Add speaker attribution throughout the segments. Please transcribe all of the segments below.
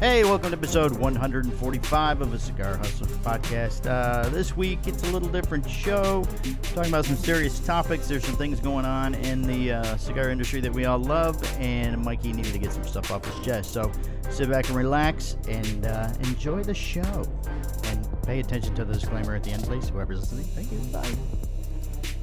Speaker 1: Hey, welcome to episode 145 of a Cigar Hustle podcast. Uh, this week it's a little different show. talking about some serious topics. There's some things going on in the uh, cigar industry that we all love, and Mikey needed to get some stuff off his chest. So sit back and relax and uh, enjoy the show. And pay attention to the disclaimer at the end, please. Whoever's listening, thank you. Bye.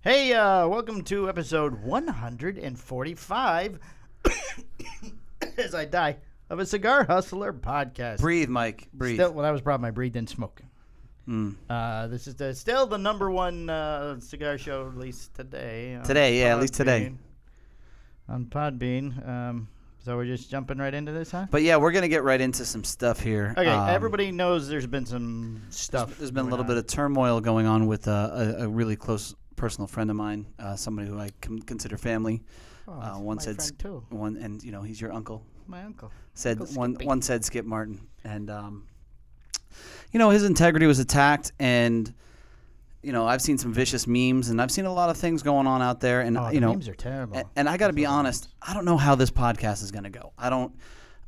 Speaker 1: Hey, uh, welcome to episode 145, as I die, of a Cigar Hustler podcast.
Speaker 2: Breathe, Mike. Breathe. Mm.
Speaker 1: Still, well, that was problem. I breathed in smoke. Uh, this is the, still the number one uh, cigar show, at least today. on
Speaker 2: Today, yeah, at least today.
Speaker 1: Podbean- On Podbean. Um, so we're just jumping right into this, huh?
Speaker 2: But yeah, we're gonna get right into some stuff here.
Speaker 1: Okay,
Speaker 2: Um,
Speaker 1: everybody knows there's been some stuff.
Speaker 2: There's been a little bit of turmoil going on with uh, a, a really close personal friend of mine, uh, somebody who I con- consider family. uh, one
Speaker 1: Oh, my
Speaker 2: said
Speaker 1: friend
Speaker 2: Sk-
Speaker 1: too.
Speaker 2: one, and you know he's your uncle.
Speaker 1: My uncle.
Speaker 2: Said
Speaker 1: Uncle
Speaker 2: one,
Speaker 1: Skippy.
Speaker 2: one said Skip Martin, and um, you know his integrity was attacked, and you know I've seen some vicious memes, and I've seen a lot of things going on out there, and
Speaker 1: Oh,
Speaker 2: you
Speaker 1: the
Speaker 2: know eh,
Speaker 1: memes are terrible.
Speaker 2: A- And, I got to be honest, I don't know how this podcast is going to go. I don't.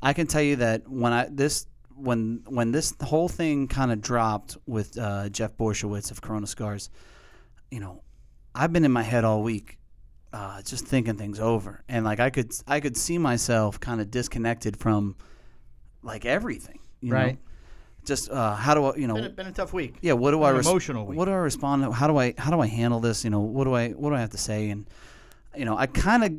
Speaker 2: I can tell you that when I this when when this whole thing kind of dropped with uh, Jeff Borshowitz of Corona Scars, you know, I've been in my head all week, uh, just thinking things over, and like I could I could see myself kind of disconnected from like everything, you know?
Speaker 1: Right.
Speaker 2: Just uh, how do I, you know,
Speaker 1: been, a, been a tough week.
Speaker 2: yeah what do
Speaker 1: An
Speaker 2: i res-
Speaker 1: emotional week.
Speaker 2: what do i respond to how do i how do i handle this you know what do i what do i have to say and you know i kind of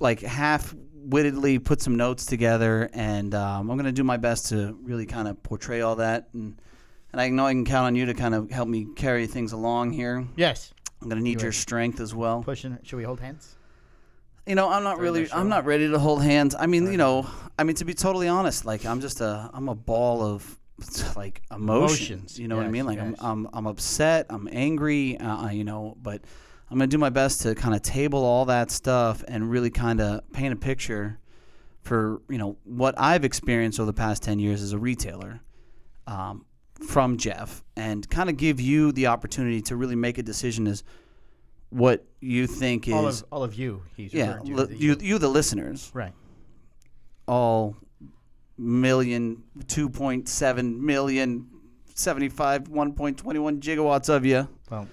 Speaker 2: like half wittedly put some notes together and um, i'm going to do my best to really kind of portray all that and and i know i can count on you to kind of help me carry things along here i'm
Speaker 1: Yes.
Speaker 2: going to need your strength as well
Speaker 1: Pushing. Should we hold hands?
Speaker 2: you know i'm not really i'm not ready to hold hands i mean you know i mean to be totally honest like i'm just a i'm a ball of like emotions,
Speaker 1: Emotions,
Speaker 2: you know what i
Speaker 1: yes,
Speaker 2: mean like
Speaker 1: yes.
Speaker 2: I'm, I'm i'm upset i'm angry uh, uh, you know but i'm gonna do my best to kind of table all that stuff and really kind of paint a picture for you know what i've experienced over the past 10 years as a retailer um, from jeff and kind of give you the opportunity to really make a decision as what you think is
Speaker 1: All of all of you. He's
Speaker 2: yeah,
Speaker 1: referring to
Speaker 2: li-
Speaker 1: the- uh,
Speaker 2: you, you, the listeners,
Speaker 1: Right.
Speaker 2: all million, 2.7 million, 75, 1.21 gigawatts of you
Speaker 1: Well,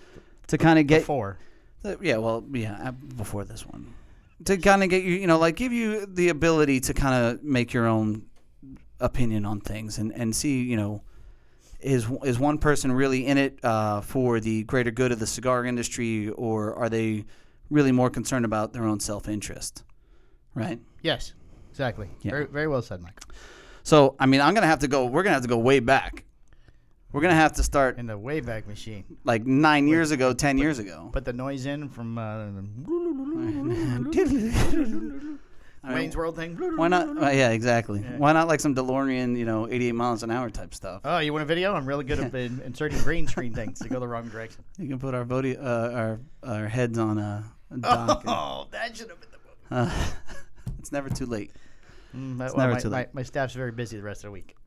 Speaker 2: to kind of get,
Speaker 1: four.
Speaker 2: uh, yeah, well, yeah, uh, before this one, to kind of get you, you know, like give you the ability to kind of make your own opinion on things and, and see, you know, is is one person really in it uh, for the greater good of the cigar industry, or are they really more concerned about their own self interest, right?
Speaker 1: Yes. Exactly.
Speaker 2: Yeah.
Speaker 1: Very, very well said, Michael.
Speaker 2: So I mean, I'm gonna have to go. We're gonna have to go way back. We're gonna have to start
Speaker 1: In the Wayback Machine.
Speaker 2: like nine years ago, ten years ago.
Speaker 1: Put the noise in from uh,
Speaker 2: I mean,
Speaker 1: Wayne's World thing.
Speaker 2: why not? uh, yeah, exactly. Why not like some DeLorean, you know, 88 miles an hour type stuff?
Speaker 1: Oh, you want a video? I'm really good at in- inserting green screen things to go the wrong direction.
Speaker 2: You can put our body, uh, our our heads on a, a dock. and-
Speaker 1: Oh, that should have been the movie.
Speaker 2: uh, it's never too late.
Speaker 1: Mm, that-
Speaker 2: never
Speaker 1: my,
Speaker 2: too
Speaker 1: my,
Speaker 2: late.
Speaker 1: my staff's very busy the rest of the week.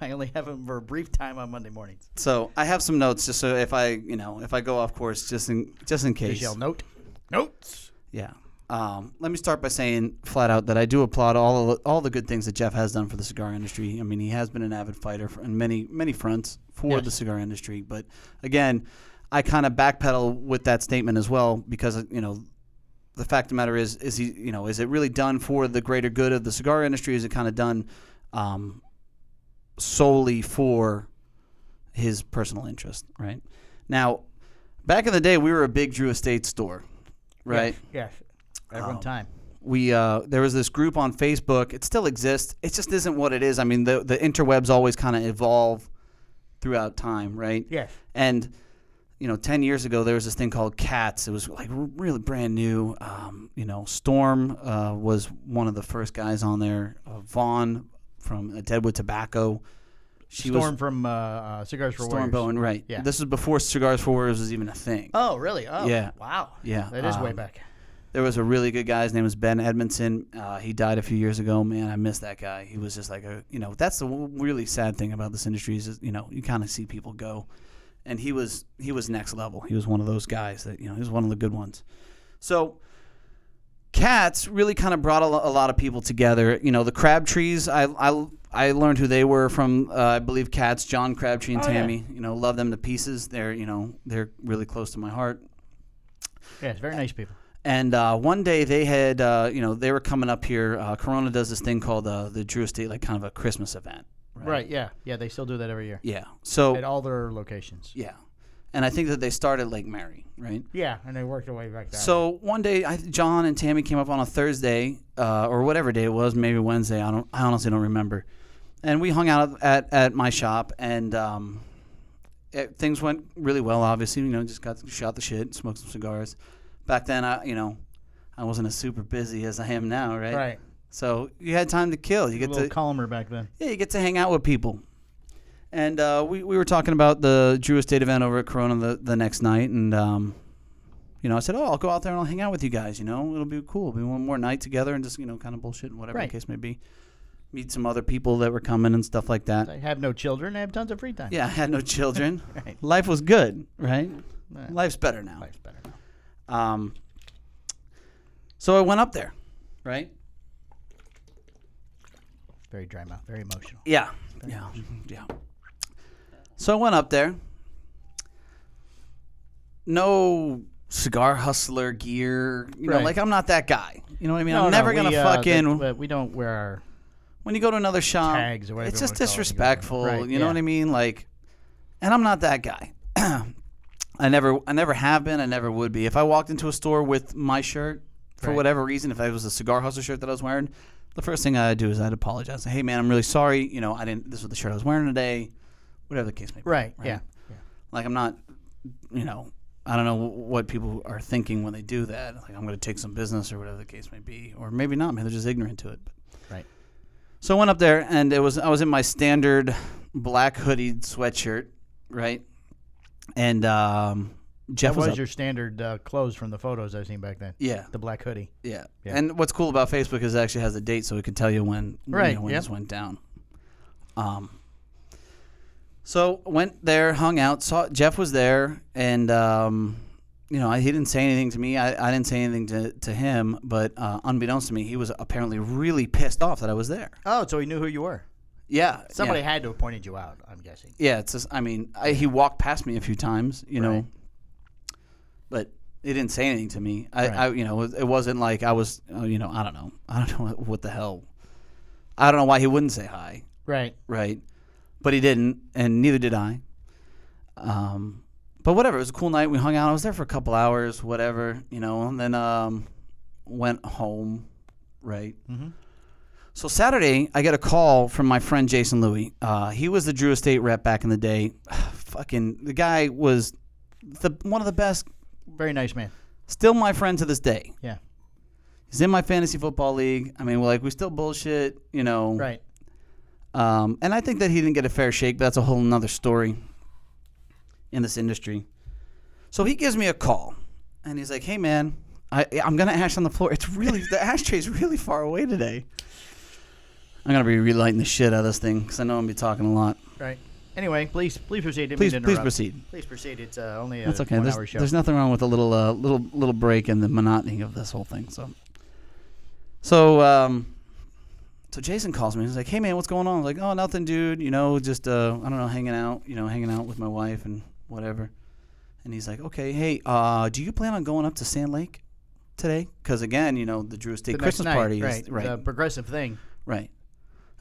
Speaker 1: I only have them for a brief time on Monday mornings.
Speaker 2: So I have some notes just so if I, you know, if I go off course, just in just in case.
Speaker 1: Michelle, note. Notes.
Speaker 2: Yeah. Um, let me start by saying flat out that I do applaud all of, all the good things that Jeff has done for the cigar industry. I mean, he has been an avid fighter for, in many many fronts for
Speaker 1: Yes.
Speaker 2: the cigar industry. But again, I kind of backpedal with that statement as well because you know the fact of the matter is is he you know is it really done for the greater good of the cigar industry? Is it kind of done um, solely for his personal interest? Right now, back in the day, we were a big Drew Estate store, right?
Speaker 1: Yes. At one
Speaker 2: Um,
Speaker 1: time.
Speaker 2: we uh, there was this group on Facebook. It still exists. It just isn't what it is. I mean, the the interwebs always kind of evolve throughout time, right?
Speaker 1: Yes.
Speaker 2: And you know, ten years ago there was this thing called Cats. It was like r- really brand new. Um, you know, Storm uh, was one of the first guys on there. Uh, Vaughn from uh, Deadwood Tobacco. She
Speaker 1: Storm from uh, uh, Cigars for
Speaker 2: was
Speaker 1: Warriors.
Speaker 2: Storm Bowen, right?
Speaker 1: Yeah.
Speaker 2: This was before Cigars for Warriors was even a thing.
Speaker 1: Oh, really? Oh,
Speaker 2: Yeah.
Speaker 1: Wow.
Speaker 2: Yeah,
Speaker 1: That is way
Speaker 2: um,
Speaker 1: back.
Speaker 2: There was a really good guy. His name was Ben Edmondson. Uh, he died a few years ago. Man, I miss that guy. He was just like a, you know, that's the w- really sad thing about this industry is, is, you know, you kind of see people go, and he was he was next level. He was one of those guys that you know he was one of the good ones. So cats really kind of brought a, lo- a lot of people together. You know, the Crabtrees, I, I, I learned who they were from, uh, I believe, cats, John Crabtree and
Speaker 1: Oh, yeah.
Speaker 2: Tammy. You know, love them to pieces. They're, you know, they're really close to my heart.
Speaker 1: Yeah, it's very nice people.
Speaker 2: And uh, one day they had, uh, you know, they were coming up here. Uh, Corona does this thing called uh, the Drew Estate, like kind of a Christmas event.
Speaker 1: Right. yeah. Yeah, they still do that every year
Speaker 2: Yeah. So,
Speaker 1: at all their locations.
Speaker 2: yeah. And I think that they started Lake Mary, right?
Speaker 1: Yeah, and they work their way back down.
Speaker 2: So one day, I, John and Tammy came up on a Thursday uh, or whatever day it was, maybe Wednesday. I don't. I honestly don't remember. And we hung out at, at my shop, and um, it, things went really well. Obviously, you know, just got shot the shit, smoked some cigars. Back then, I you know, I wasn't as super busy as I am now, right?
Speaker 1: right,
Speaker 2: So you had time to kill. You
Speaker 1: a
Speaker 2: get
Speaker 1: little
Speaker 2: to
Speaker 1: calmer back then.
Speaker 2: yeah, you get to hang out with people. And uh, we, we were talking about the Drew Estate event over at Corona the, the next night. And, um, you know, I said, oh, I'll go out there and I'll hang out with you guys. You know, it'll be cool. It'll be one more night together and just, you know, kind of bullshit and whatever
Speaker 1: Right.
Speaker 2: the case may be. Meet some other people that were coming and stuff like that.
Speaker 1: I have no children. I have tons of free time.
Speaker 2: Yeah, I had no children.
Speaker 1: Right.
Speaker 2: Life was good, right?
Speaker 1: Nah,
Speaker 2: Life's better now.
Speaker 1: life's better now.
Speaker 2: Um, so I went up there, right?
Speaker 1: Very dry mouth. Very emotional.
Speaker 2: Yeah. Yeah. Yeah. So I went up there. No cigar hustler gear. You know,
Speaker 1: Right.
Speaker 2: like I'm not that guy. You know what I mean?
Speaker 1: No,
Speaker 2: I'm
Speaker 1: no,
Speaker 2: never gonna
Speaker 1: we, uh,
Speaker 2: fucking
Speaker 1: that- but we don't wear our.
Speaker 2: when you go to another shop,
Speaker 1: Tags or whatever you
Speaker 2: it's just
Speaker 1: wanna call it, you go there.
Speaker 2: disrespectful.
Speaker 1: Right,
Speaker 2: you know
Speaker 1: yeah.
Speaker 2: what I mean? Like, and I'm not that guy. I never, I never have been. I never would be. If I walked into a store with my shirt for
Speaker 1: Right.
Speaker 2: whatever reason, if it was a cigar hustler shirt that I was wearing, the first thing I'd do is I'd apologize. Hey, man, I'm really sorry. You know, I didn't. This was the shirt I was wearing today. Whatever the case may be.
Speaker 1: Right, yeah. yeah.
Speaker 2: Like I'm not, you know, I don't know what people are thinking when they do that. Like I'm going to take some business or whatever the case may be, or maybe not. Maybe they're just ignorant to it. But
Speaker 1: Right.
Speaker 2: so I went up there and it was I was in my standard black hooded sweatshirt, right? And um, Jeff
Speaker 1: That
Speaker 2: was,
Speaker 1: was
Speaker 2: up-
Speaker 1: your standard uh, clothes from the photos I've seen back then.
Speaker 2: yeah,
Speaker 1: The black hoodie.
Speaker 2: yeah,
Speaker 1: Yeah.
Speaker 2: And what's cool about Facebook is it actually has a date, so it can tell you when when, you
Speaker 1: Right,
Speaker 2: know, when
Speaker 1: yep.
Speaker 2: this went down. Um. So went there, hung out, saw Jeff was there, and um, you know I, he didn't say anything to me. I, I didn't say anything to, to him, but uh, unbeknownst to me, he was apparently really pissed off that I was there.
Speaker 1: Oh, so he knew who you were.
Speaker 2: Yeah, yeah.
Speaker 1: Somebody had to have pointed you out. I'm guessing.
Speaker 2: Yeah, it's just, I mean, I, he walked past me a few times, you know,
Speaker 1: Right.
Speaker 2: but he didn't say anything to me. I,
Speaker 1: Right.
Speaker 2: I you know, it wasn't like I was, uh, you know, I don't know. I don't know what, what the hell. I don't know why he wouldn't say hi,
Speaker 1: Right.
Speaker 2: right? But he didn't, and neither did I. Um, but whatever, it was a cool night. We hung out. I was there for a couple hours, whatever, you know, and then um, went home, right?
Speaker 1: Mhm.
Speaker 2: So Saturday, I get a call from my friend Jason Louie. Uh, he was the Drew Estate rep back in the day. Fucking the guy was the one of the best.
Speaker 1: Very nice man.
Speaker 2: Still my friend to this day.
Speaker 1: Yeah.
Speaker 2: He's in my fantasy football league. I mean, we're like we still bullshit, you know.
Speaker 1: Right.
Speaker 2: Um, and I think that he didn't get a fair shake, but that's a whole nother story in this industry. So he gives me a call and he's like, hey, man, I, I'm going to ash on the floor. It's really, the ashtray's really far away today. I'm going to be relighting the shit out of this thing because I know I'm going to be talking a lot.
Speaker 1: Right. Anyway, please please proceed. Didn't mean
Speaker 2: Please,
Speaker 1: to
Speaker 2: please
Speaker 1: interrupt.
Speaker 2: proceed.
Speaker 1: Please proceed. It's uh, only a
Speaker 2: That's okay.
Speaker 1: one
Speaker 2: There's,
Speaker 1: hour show.
Speaker 2: there's nothing wrong with a little uh, little little break in the monotony of this whole thing. So, so um, so Jason calls me. He's like, "Hey man, what's going on?" I was like, "Oh, nothing, dude. You know, just uh, I don't know, hanging out. You know, hanging out with my wife and whatever." And he's like, "Okay, hey, uh, do you plan on going up to Sand Lake today? Because again, you know, the Drew Estate
Speaker 1: The next
Speaker 2: Christmas
Speaker 1: night,
Speaker 2: party
Speaker 1: right?
Speaker 2: is right,
Speaker 1: The progressive thing.
Speaker 2: right."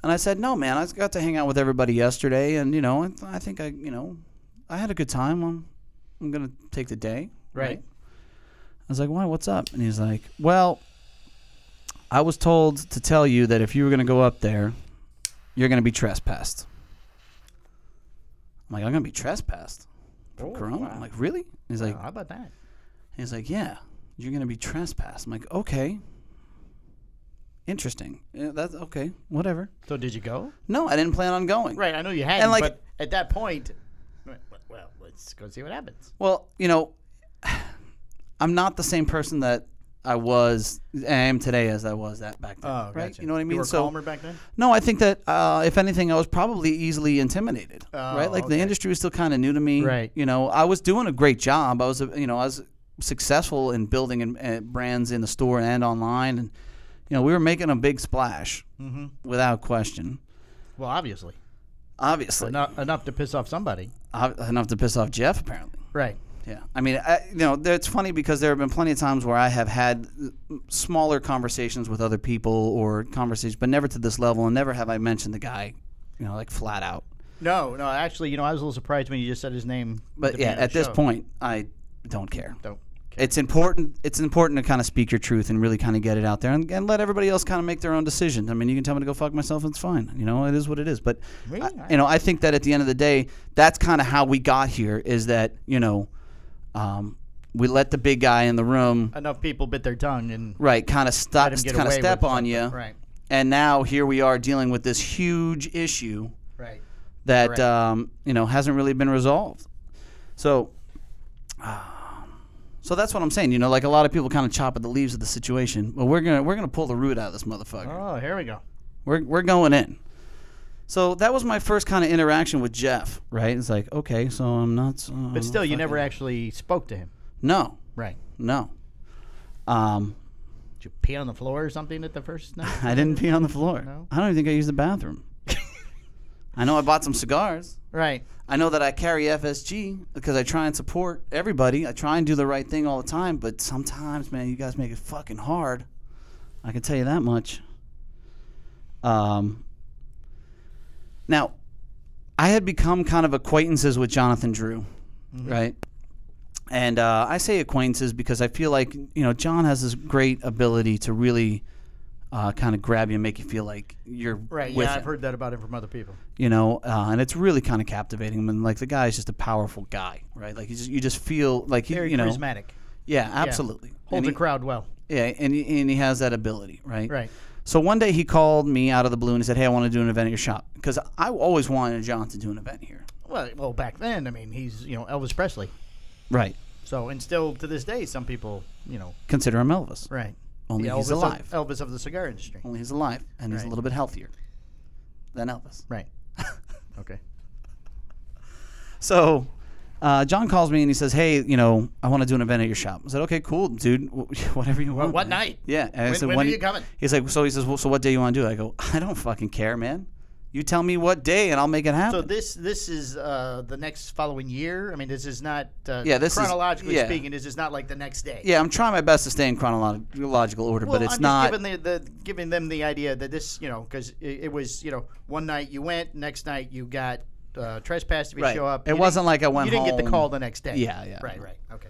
Speaker 2: And I said, "No, man. I just got to hang out with everybody yesterday, and you know, I, I think I, you know, I had a good time. I'm, I'm gonna take the day,
Speaker 1: Right.
Speaker 2: I was like, "Why? What's up?" And he's like, "Well, I was told to tell you that if you were going to go up there, you're going to be trespassed." I'm like, "I'm going to be trespassed from
Speaker 1: Oh,
Speaker 2: Corona."
Speaker 1: wow.
Speaker 2: I'm like, "Really?" He's like,
Speaker 1: Wow, how about that?
Speaker 2: "He's like, yeah, you're going to be trespassed." I'm like, "Okay, interesting. Yeah, that's okay, whatever."
Speaker 1: So did you go?
Speaker 2: No, I didn't plan on going.
Speaker 1: Right. I know you had.
Speaker 2: like-
Speaker 1: but at that point, well, let's go see what happens.
Speaker 2: Well, you know, I'm not the same person that I was, I am today as I was that back then.
Speaker 1: Oh,
Speaker 2: right?
Speaker 1: gotcha.
Speaker 2: You know what I mean?
Speaker 1: You were
Speaker 2: so
Speaker 1: calmer back then.
Speaker 2: no, I think that uh, if anything, I was probably easily intimidated. right,
Speaker 1: Oh,
Speaker 2: like the
Speaker 1: okay.
Speaker 2: industry was still kind of new to me.
Speaker 3: Right.
Speaker 2: You know, I was doing a great job. I was, a, you know, I was successful in building and, and brands in the store and online, and you know, we were making a big splash
Speaker 1: Mm-hmm.
Speaker 2: without question.
Speaker 1: Well, obviously,
Speaker 2: Obviously,
Speaker 1: enough enough to piss off somebody.
Speaker 2: Ob- enough to piss off Jeff, apparently.
Speaker 1: Right.
Speaker 2: Yeah, I mean, I, you know, there- it's funny because there have been plenty of times where I have had uh, smaller conversations with other people or conversations, but never to this level, and never have I mentioned the guy, you know, like flat out.
Speaker 1: No, no. Actually, you know, I was a little surprised when you just said his name.
Speaker 2: But
Speaker 1: the
Speaker 2: yeah,
Speaker 1: beginning of
Speaker 2: at
Speaker 1: the
Speaker 2: this
Speaker 1: show.
Speaker 2: point, I don't care.
Speaker 1: Don't-
Speaker 2: It's important. It's important to kind of speak your truth and really kind of get it out there, and, and let everybody else kind of make their own decision. I mean, you can tell me to go fuck myself. It's fine. You know, it is what it is. But
Speaker 1: Me?
Speaker 2: I- you know, I think that at the end of the day, that's kind of how we got here. Is that you know, um, we let the big guy in the room
Speaker 1: enough people bit their tongue and
Speaker 2: right kind of stop
Speaker 1: let him get
Speaker 2: kind of
Speaker 1: away
Speaker 2: step
Speaker 1: with
Speaker 2: on
Speaker 1: something.
Speaker 2: you
Speaker 1: Right.
Speaker 2: and now here we are dealing with this huge issue
Speaker 1: Right.
Speaker 2: that
Speaker 1: Correct.
Speaker 2: um, you know hasn't really been resolved so um, so that's what I'm saying. You know, like a lot of people kind of chop at the leaves of the situation. Well, we're gonna we're gonna pull the root out of this motherfucker.
Speaker 1: Oh, here we go.
Speaker 2: We're we're going in. So that was my first kind of interaction with Jeff. Right? It's like okay, so I'm not.
Speaker 1: But still, you never actually spoke to him.
Speaker 2: No,
Speaker 1: Right.
Speaker 2: no. Um,
Speaker 1: Did you pee on the floor or something at the first night?
Speaker 2: I didn't pee on the floor.
Speaker 1: No?
Speaker 2: I don't even think I used the bathroom. I know I bought some cigars.
Speaker 1: Right.
Speaker 2: I know that I carry FSG because I try and support everybody. I try and do the right thing all the time, but sometimes, man, you guys make it fucking hard. I can tell you that much. Um, now, I had become kind of acquaintances with Jonathan Drew,
Speaker 1: Mm-hmm.
Speaker 2: right? And uh, I say acquaintances because I feel like you know John has this great ability to really uh, kind of grab you and make you feel like you're
Speaker 1: Right.
Speaker 2: With
Speaker 1: yeah,
Speaker 2: him
Speaker 1: I've heard that about him from other people.
Speaker 2: you know, uh, and it's really kind of captivating. And like the guy is just a powerful guy, right? Like you just you just feel like he,
Speaker 1: Very
Speaker 2: you know,
Speaker 1: charismatic.
Speaker 2: yeah, absolutely. And
Speaker 1: Holds
Speaker 2: he,
Speaker 1: a crowd well.
Speaker 2: yeah, and he, and he has that ability, right?
Speaker 1: Right.
Speaker 2: So one day he called me out of the blue and he said, "Hey, I want to do an event at your shop because I always wanted John to do an event here."
Speaker 1: Well, well, back then, I mean, he's you know Elvis Presley.
Speaker 2: Right.
Speaker 1: So, and still to this day, some people, you know,
Speaker 2: Consider him Elvis.
Speaker 1: right.
Speaker 2: Only
Speaker 1: The
Speaker 2: he's
Speaker 1: Elvis of-
Speaker 2: alive.
Speaker 1: Elvis of the cigar industry.
Speaker 2: Only he's alive, and he's a
Speaker 1: Right.
Speaker 2: little bit healthier than Elvis.
Speaker 1: Right. okay.
Speaker 2: So uh, John calls me and he says, "Hey, you know, I want to do an event at your shop." I said, "Okay, cool, dude. Wh- Whatever you want."
Speaker 1: what
Speaker 2: man."
Speaker 1: night?
Speaker 2: Yeah. And I
Speaker 1: When-
Speaker 2: said,
Speaker 1: when are
Speaker 2: do
Speaker 1: you coming?"
Speaker 2: He's like, "So he says, well, so what day you want to do?" it?" I go, "I don't fucking care, man. You tell me what day, and I'll make it happen."
Speaker 1: So this this is uh, the next following year. I mean, this is not uh,
Speaker 2: Yeah, this is-
Speaker 1: chronologically
Speaker 2: yeah.
Speaker 1: speaking. This is not like the next day.
Speaker 2: yeah, I'm trying my best to stay in chronological order,
Speaker 1: Well,
Speaker 2: but it's
Speaker 1: I'm
Speaker 2: not.
Speaker 1: just giving, the, the, giving them the idea that this, you know, because it, it was, you know, one night you went, next night you got uh, trespassed if you
Speaker 2: Right.
Speaker 1: show up.
Speaker 2: It
Speaker 1: You didn't-
Speaker 2: wasn't like I went
Speaker 1: You didn't get the
Speaker 2: home.
Speaker 1: call the next day.
Speaker 2: Yeah, yeah.
Speaker 1: Right, right. Okay.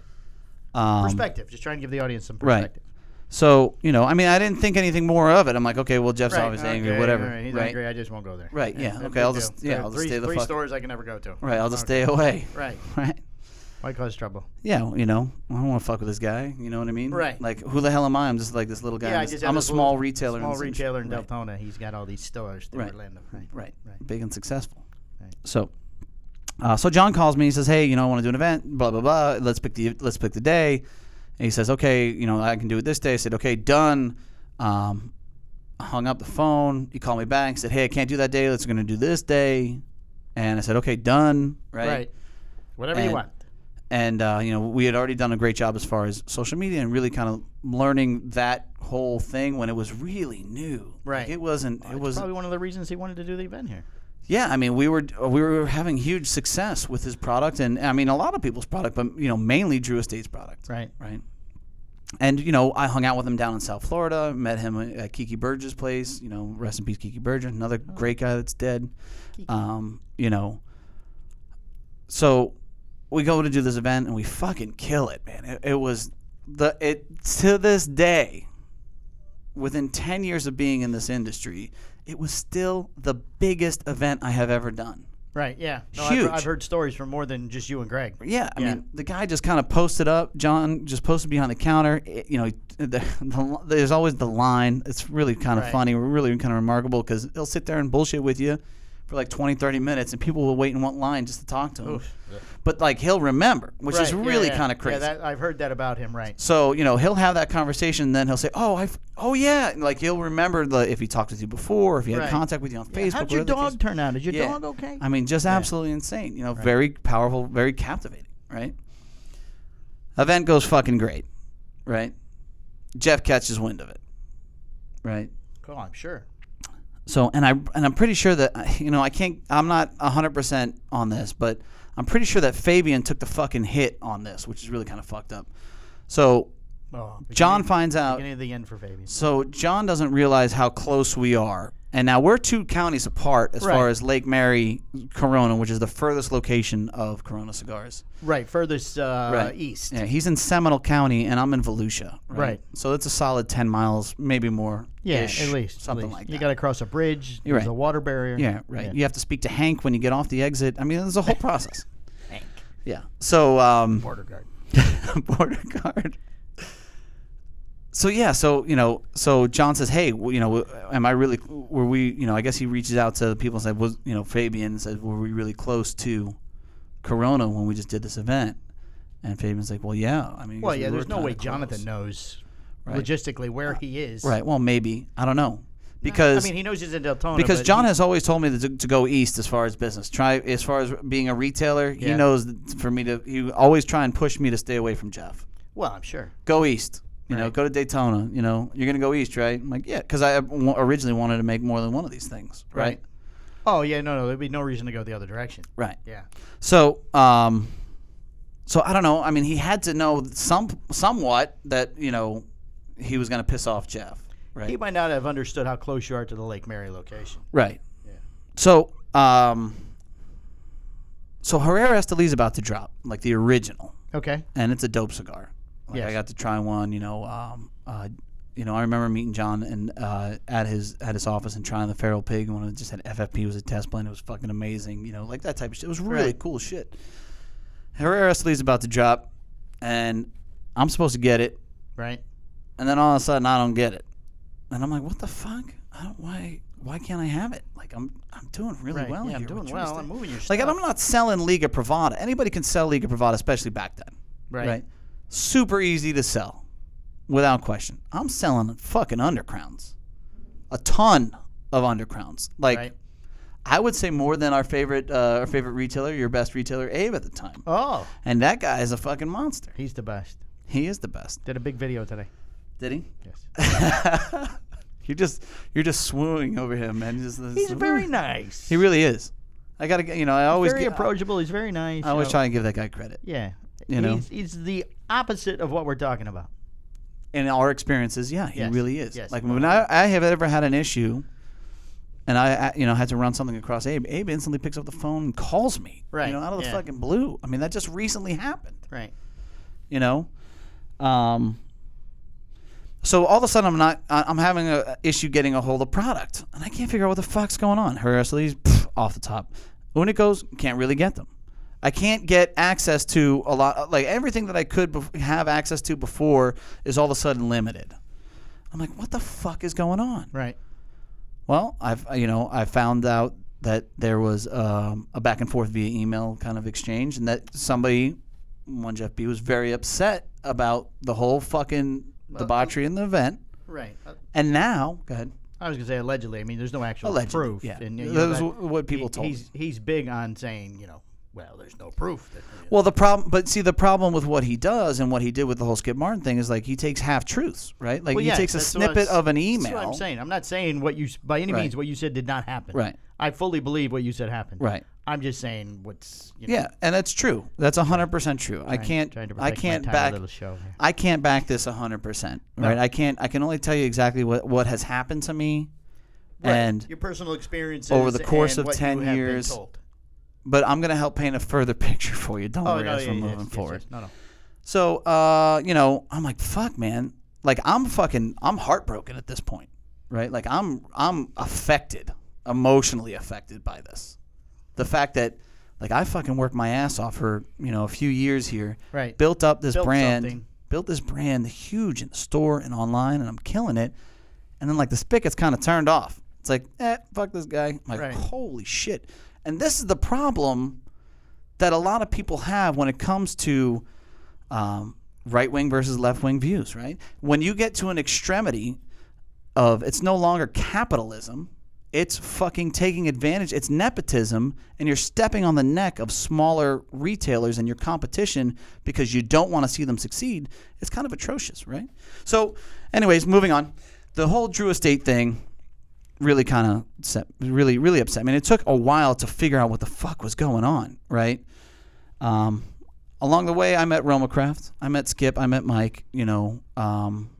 Speaker 2: um,
Speaker 1: Perspective. just trying to give the audience some
Speaker 2: right.
Speaker 1: perspective.
Speaker 2: So you know, I mean, I didn't think anything more of it. I'm like, okay, well, Jeff's always angry,
Speaker 1: okay,
Speaker 2: whatever.
Speaker 1: all right, He's
Speaker 2: right.
Speaker 1: angry. I just won't go there.
Speaker 2: Right, yeah,
Speaker 1: no
Speaker 2: okay,
Speaker 1: big
Speaker 2: I'll just-
Speaker 1: deal.
Speaker 2: yeah,
Speaker 1: There are
Speaker 2: I'll just
Speaker 1: three,
Speaker 2: stay the
Speaker 1: Three
Speaker 2: fuck-
Speaker 1: stores I can never go to.
Speaker 2: Right. I'll just
Speaker 1: Okay.
Speaker 2: stay away.
Speaker 1: Right.
Speaker 2: Right.
Speaker 1: Why cause trouble?
Speaker 2: Yeah, you know, I don't want to fuck with this guy. You know what I mean?
Speaker 1: Right.
Speaker 2: Like, who the hell am I? I'm just like this little guy.
Speaker 1: yeah,
Speaker 2: in
Speaker 1: I
Speaker 2: this-
Speaker 1: just
Speaker 2: I'm
Speaker 1: had
Speaker 2: a
Speaker 1: this
Speaker 2: small
Speaker 1: little-
Speaker 2: retailer. in
Speaker 1: Small
Speaker 2: this industry.
Speaker 1: retailer in
Speaker 2: Right.
Speaker 1: Deltona. He's got all these stores through
Speaker 2: Right.
Speaker 1: Orlando. Right.
Speaker 2: Right.
Speaker 1: Right.
Speaker 2: Big and successful. So, uh, so John calls me. He says, "Hey, you know, I want to do an event. Blah blah blah. Let's pick the let's pick the day." And he says, "Okay, you know, I can do it this day." I said, "Okay, done." Um, I hung up the phone. He called me back. He said, "Hey, I can't do that day. Let's going to do this day." And I said, "Okay, done." Right.
Speaker 1: Right. Whatever
Speaker 2: And-
Speaker 1: you want.
Speaker 2: And uh, you know, we had already done a great job as far as social media and really kind of learning that whole thing when it was really new. Like,
Speaker 1: Right. Oh,
Speaker 2: it wasn't. It was.
Speaker 1: Probably one of the reasons he wanted to do the event here.
Speaker 2: Yeah, I mean, we were we were having huge success with his product, and I mean, a lot of people's product, but you know, mainly Drew Estate's product,
Speaker 1: Right.
Speaker 2: right? And you know, I hung out with him down in South Florida, met him at Kiki Burgess' place. You know, rest in peace, Kiki Burgess, another great guy that's dead. Um, you know, so we go to do this event and we fucking kill it, man. It, it was the it to this day, within ten years of being in this industry, it was still the biggest event I have ever done.
Speaker 1: Right. Yeah. No,
Speaker 2: Huge.
Speaker 1: I've, I've heard stories from more than just you and Greg.
Speaker 2: Yeah, I
Speaker 1: Yeah.
Speaker 2: mean, the guy just kind of posted up. John just posted behind the counter. It- you know, he- the, the, there's always the line. It's really kind of
Speaker 1: Right.
Speaker 2: funny, really kind of remarkable because they'll sit there and bullshit with you, for like 20, 30 minutes, and people will wait in one line just to talk to him. But like he'll remember, which is
Speaker 1: Right, yeah,
Speaker 2: really
Speaker 1: yeah.
Speaker 2: kind of crazy.
Speaker 1: Yeah, that, I've heard that about him. Right.
Speaker 2: So you know he'll have that conversation, and then he'll say, "Oh, I, f- oh yeah," and, like he'll remember the, if he talked with you before, if he had
Speaker 1: Right.
Speaker 2: contact with you on Facebook.
Speaker 1: How'd your
Speaker 2: whatever the case-
Speaker 1: dog turn out? Is your
Speaker 2: Yeah.
Speaker 1: dog okay?
Speaker 2: I mean, just absolutely insane. You know, very powerful, very captivating. Right. Event goes fucking great. Right. Jeff catches wind of it. Right.
Speaker 1: oh, I'm sure.
Speaker 2: So, and I and I'm pretty sure that you know I can't. I'm not 100 percent on this, but I'm pretty sure that Fabian took the fucking hit on this, which is really kind of fucked up. So
Speaker 1: Oh, beginning-
Speaker 2: John finds out.
Speaker 1: Beginning of the end for Fabian.
Speaker 2: So John doesn't realize how close we are. And now we're two counties apart as far
Speaker 1: Right.
Speaker 2: as Lake Mary Corona, which is the furthest location of Corona cigars.
Speaker 1: Right. Furthest uh, east.
Speaker 2: Yeah, he's in Seminole County and I'm in Volusia. Right.
Speaker 1: Right.
Speaker 2: So it's a solid 10 miles, maybe more.
Speaker 1: Yeah,
Speaker 2: ish,
Speaker 1: at least at
Speaker 2: Something
Speaker 1: least.
Speaker 2: like
Speaker 1: You
Speaker 2: that.
Speaker 1: got to cross a bridge.
Speaker 2: You're
Speaker 1: There's
Speaker 2: right.
Speaker 1: a water barrier.
Speaker 2: Yeah, right. You have to speak to Hank when you get off the exit. I mean, there's a whole process. Yeah. So, um,
Speaker 1: Border guard.
Speaker 2: border guard. So yeah, so you know, so John says, "Hey, w- you know, w- am I really? Were we? You know, I guess he reaches out to the people and said, was you know, Fabian said, were we really close to Corona when we just did this event?" And Fabian's like, "Well, yeah. I mean, I
Speaker 1: Well,
Speaker 2: guess
Speaker 1: yeah.
Speaker 2: we
Speaker 1: There's
Speaker 2: were
Speaker 1: no way
Speaker 2: kinda
Speaker 1: Jonathan
Speaker 2: close."
Speaker 1: knows logistically where he is.
Speaker 2: Right. Well, maybe I don't know
Speaker 1: I
Speaker 2: because
Speaker 1: mean, he knows he's in Deltona.
Speaker 2: because
Speaker 1: but
Speaker 2: John
Speaker 1: he-
Speaker 2: has always told me to, to go east as far as business. Try as far as being a retailer, he
Speaker 1: Yeah.
Speaker 2: knows that for me to. He always try and push me to stay away from Jeff.
Speaker 1: well, I'm sure.
Speaker 2: go east. You know,
Speaker 1: Right.
Speaker 2: go to Daytona. You know, you're gonna go east, right? I'm like, yeah, because I uh, wa- originally wanted to make more than one of these things, right?
Speaker 1: Oh yeah, no, no. There'd be no reason to go the other direction.
Speaker 2: Right.
Speaker 1: Yeah.
Speaker 2: So, um, so I don't know. I mean, he had to know some somewhat that you know he was gonna piss off Jeff, right?
Speaker 1: He might not have understood how close you are to the Lake Mary location.
Speaker 2: Right. So, um, so Herrera Esteli's about to drop, like the original,
Speaker 1: Okay.
Speaker 2: and it's a dope cigar. Like
Speaker 1: Yes.
Speaker 2: I got to try one. You know, um, uh, you know, I remember meeting John and uh, at his at his office and trying the feral pig. One of just had FFP was a test blend. It was fucking amazing. You know, like that type of shit. It was really
Speaker 1: Right.
Speaker 2: cool shit. Herrera Lee's about to drop, and I'm supposed to get it,
Speaker 1: Right.
Speaker 2: and then all of a sudden I don't get it, and I'm like, what the fuck? I don't why why can't I have it? Like I'm I'm doing really
Speaker 1: Right.
Speaker 2: well
Speaker 1: yeah,
Speaker 2: here.
Speaker 1: I'm
Speaker 2: with
Speaker 1: doing
Speaker 2: your
Speaker 1: well.
Speaker 2: mistake.
Speaker 1: I'm moving your
Speaker 2: Like
Speaker 1: stuff.
Speaker 2: and I'm not selling Liga Privada. Anybody can sell Liga Privada, especially back then
Speaker 1: right.
Speaker 2: right. Super easy to sell, without question. I'm selling fucking undercrowns, a ton of undercrowns. Like
Speaker 1: Right.
Speaker 2: I would say more than our favorite uh, our favorite retailer, your best retailer, Abe at the time.
Speaker 1: Oh,
Speaker 2: And that guy is a fucking monster.
Speaker 1: he's the best.
Speaker 2: He is the best.
Speaker 1: Did a big video today.
Speaker 2: Did he?
Speaker 1: Yes.
Speaker 2: you're just you're just swooning over him, man. He's, just-
Speaker 1: He's very nice.
Speaker 2: He really is. I gotta get- you know I always
Speaker 1: very
Speaker 2: get,
Speaker 1: approachable. He's very nice.
Speaker 2: I always
Speaker 1: you know.
Speaker 2: try and give that guy credit
Speaker 1: Yeah.
Speaker 2: You know?
Speaker 1: he's, he's the opposite of what we're talking about.
Speaker 2: in our experiences, yeah, he
Speaker 1: Yes,
Speaker 2: really is.
Speaker 1: yes.
Speaker 2: Like when I, I have ever had an issue, and I, I you know had to run something across Abe, Abe instantly picks up the phone and calls me.
Speaker 1: Right,
Speaker 2: You know, out of the
Speaker 1: yeah.
Speaker 2: fucking blue. I mean, that just recently happened.
Speaker 1: Right.
Speaker 2: You know, um. So all of a sudden I'm not I- I'm having a a issue getting a hold of product, and I can't figure out what the fuck's going on. Her so these pff, off the top. Unicos can't really get them. I can't get access to a lot like everything that I could bef- have access to before is all of a sudden limited. I'm like, what the fuck is going on?
Speaker 1: Right.
Speaker 2: Well, I've uh, you know I found out that there was um, a back and forth via email kind of exchange, and that somebody, one Jeff B, was very upset about the whole fucking debauchery in the event.
Speaker 1: Right. Uh,
Speaker 2: And now, go ahead.
Speaker 1: I was gonna say allegedly. I mean, there's no actual
Speaker 2: Alleged,
Speaker 1: proof.
Speaker 2: yeah.
Speaker 1: And, you know,
Speaker 2: That was
Speaker 1: that-
Speaker 2: wh- what people
Speaker 1: he-
Speaker 2: told me.
Speaker 1: He's he's big on saying, you know, well, there's no proof that.
Speaker 2: Well, the problem, but see, the problem with what he does and what he did with the whole Skip Martin thing is like he takes half truths, right? Like
Speaker 1: Well,
Speaker 2: he
Speaker 1: yes,
Speaker 2: takes a
Speaker 1: that's what I
Speaker 2: snippet
Speaker 1: was-
Speaker 2: of an email.
Speaker 1: That's what I'm saying. I'm not saying what you s- by any
Speaker 2: Right.
Speaker 1: means what you said did not happen.
Speaker 2: Right.
Speaker 1: I fully believe what you said happened.
Speaker 2: Right.
Speaker 1: I'm just saying what's. You know,
Speaker 2: Yeah, and that's true. That's hundred percent true. I can't.
Speaker 1: Trying to
Speaker 2: I
Speaker 1: protect my
Speaker 2: can't
Speaker 1: tiny
Speaker 2: back.
Speaker 1: little show here.
Speaker 2: I can't back this hundred percent. Right. I can't. I can only tell you exactly what what has happened to me, and
Speaker 1: your personal experiences
Speaker 2: over the course
Speaker 1: and
Speaker 2: of
Speaker 1: what you
Speaker 2: 10
Speaker 1: have been
Speaker 2: years,
Speaker 1: told.
Speaker 2: but I'm gonna help paint a further picture for you. Don't
Speaker 1: Oh
Speaker 2: worry
Speaker 1: no,
Speaker 2: as
Speaker 1: yeah,
Speaker 2: we're
Speaker 1: yes,
Speaker 2: moving
Speaker 1: yes,
Speaker 2: forward.
Speaker 1: yes. No, no.
Speaker 2: So, uh, you know, I'm like, fuck, man. Like, I'm fucking, I'm heartbroken at this point, right? Like, I'm, I'm affected, emotionally affected by this. The fact that, like, I fucking worked my ass off for, you know, a few years here,
Speaker 1: Right.
Speaker 2: built up this
Speaker 1: Built
Speaker 2: brand,
Speaker 1: something.
Speaker 2: built this brand huge in the store and online, and I'm killing it. And then, like, the spigot's kind of turned off. It's It's like, eh, fuck this guy. I'm like,
Speaker 1: Right.
Speaker 2: holy shit. And this is the problem that a lot of people have when it comes to um, right wing versus left wing views, right? When you get to an extremity of it's no longer capitalism, it's fucking taking advantage, it's nepotism, and you're stepping on the neck of smaller retailers and your competition because you don't want to see them succeed, it's kind of atrocious, right? So, anyways, moving on. The whole Drew Estate thing really kind of set, really really upset. I mean, it took a while to figure out what the fuck was going on, right? Um, along the way, I met Roma Craft, I met Skip, I met Mike, you know, um,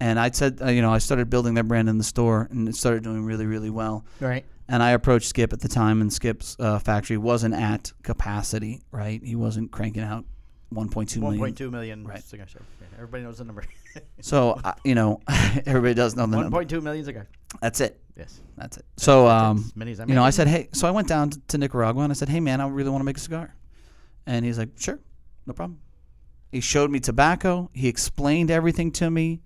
Speaker 2: and I said, uh, you know, I started building their brand in the store, and it started doing really really well.
Speaker 1: Right.
Speaker 2: And I approached Skip at the time, and Skip's uh, factory wasn't at capacity, right? He wasn't cranking out 1.2
Speaker 1: One
Speaker 2: million.
Speaker 1: point two million.
Speaker 2: Right.
Speaker 1: Cigar shop. Yeah, Everybody knows the number.
Speaker 2: So, I you know, everybody does know the
Speaker 1: One
Speaker 2: number.
Speaker 1: point two million cigar.
Speaker 2: That's it.
Speaker 1: Yes.
Speaker 2: That's it. So, um,
Speaker 1: as many as I
Speaker 2: you know,
Speaker 1: make.
Speaker 2: I said, hey, so I went down t- to Nicaragua and I said, hey, man, I really want to make a cigar. And he's like, sure, no problem. He showed me tobacco. He explained everything to me.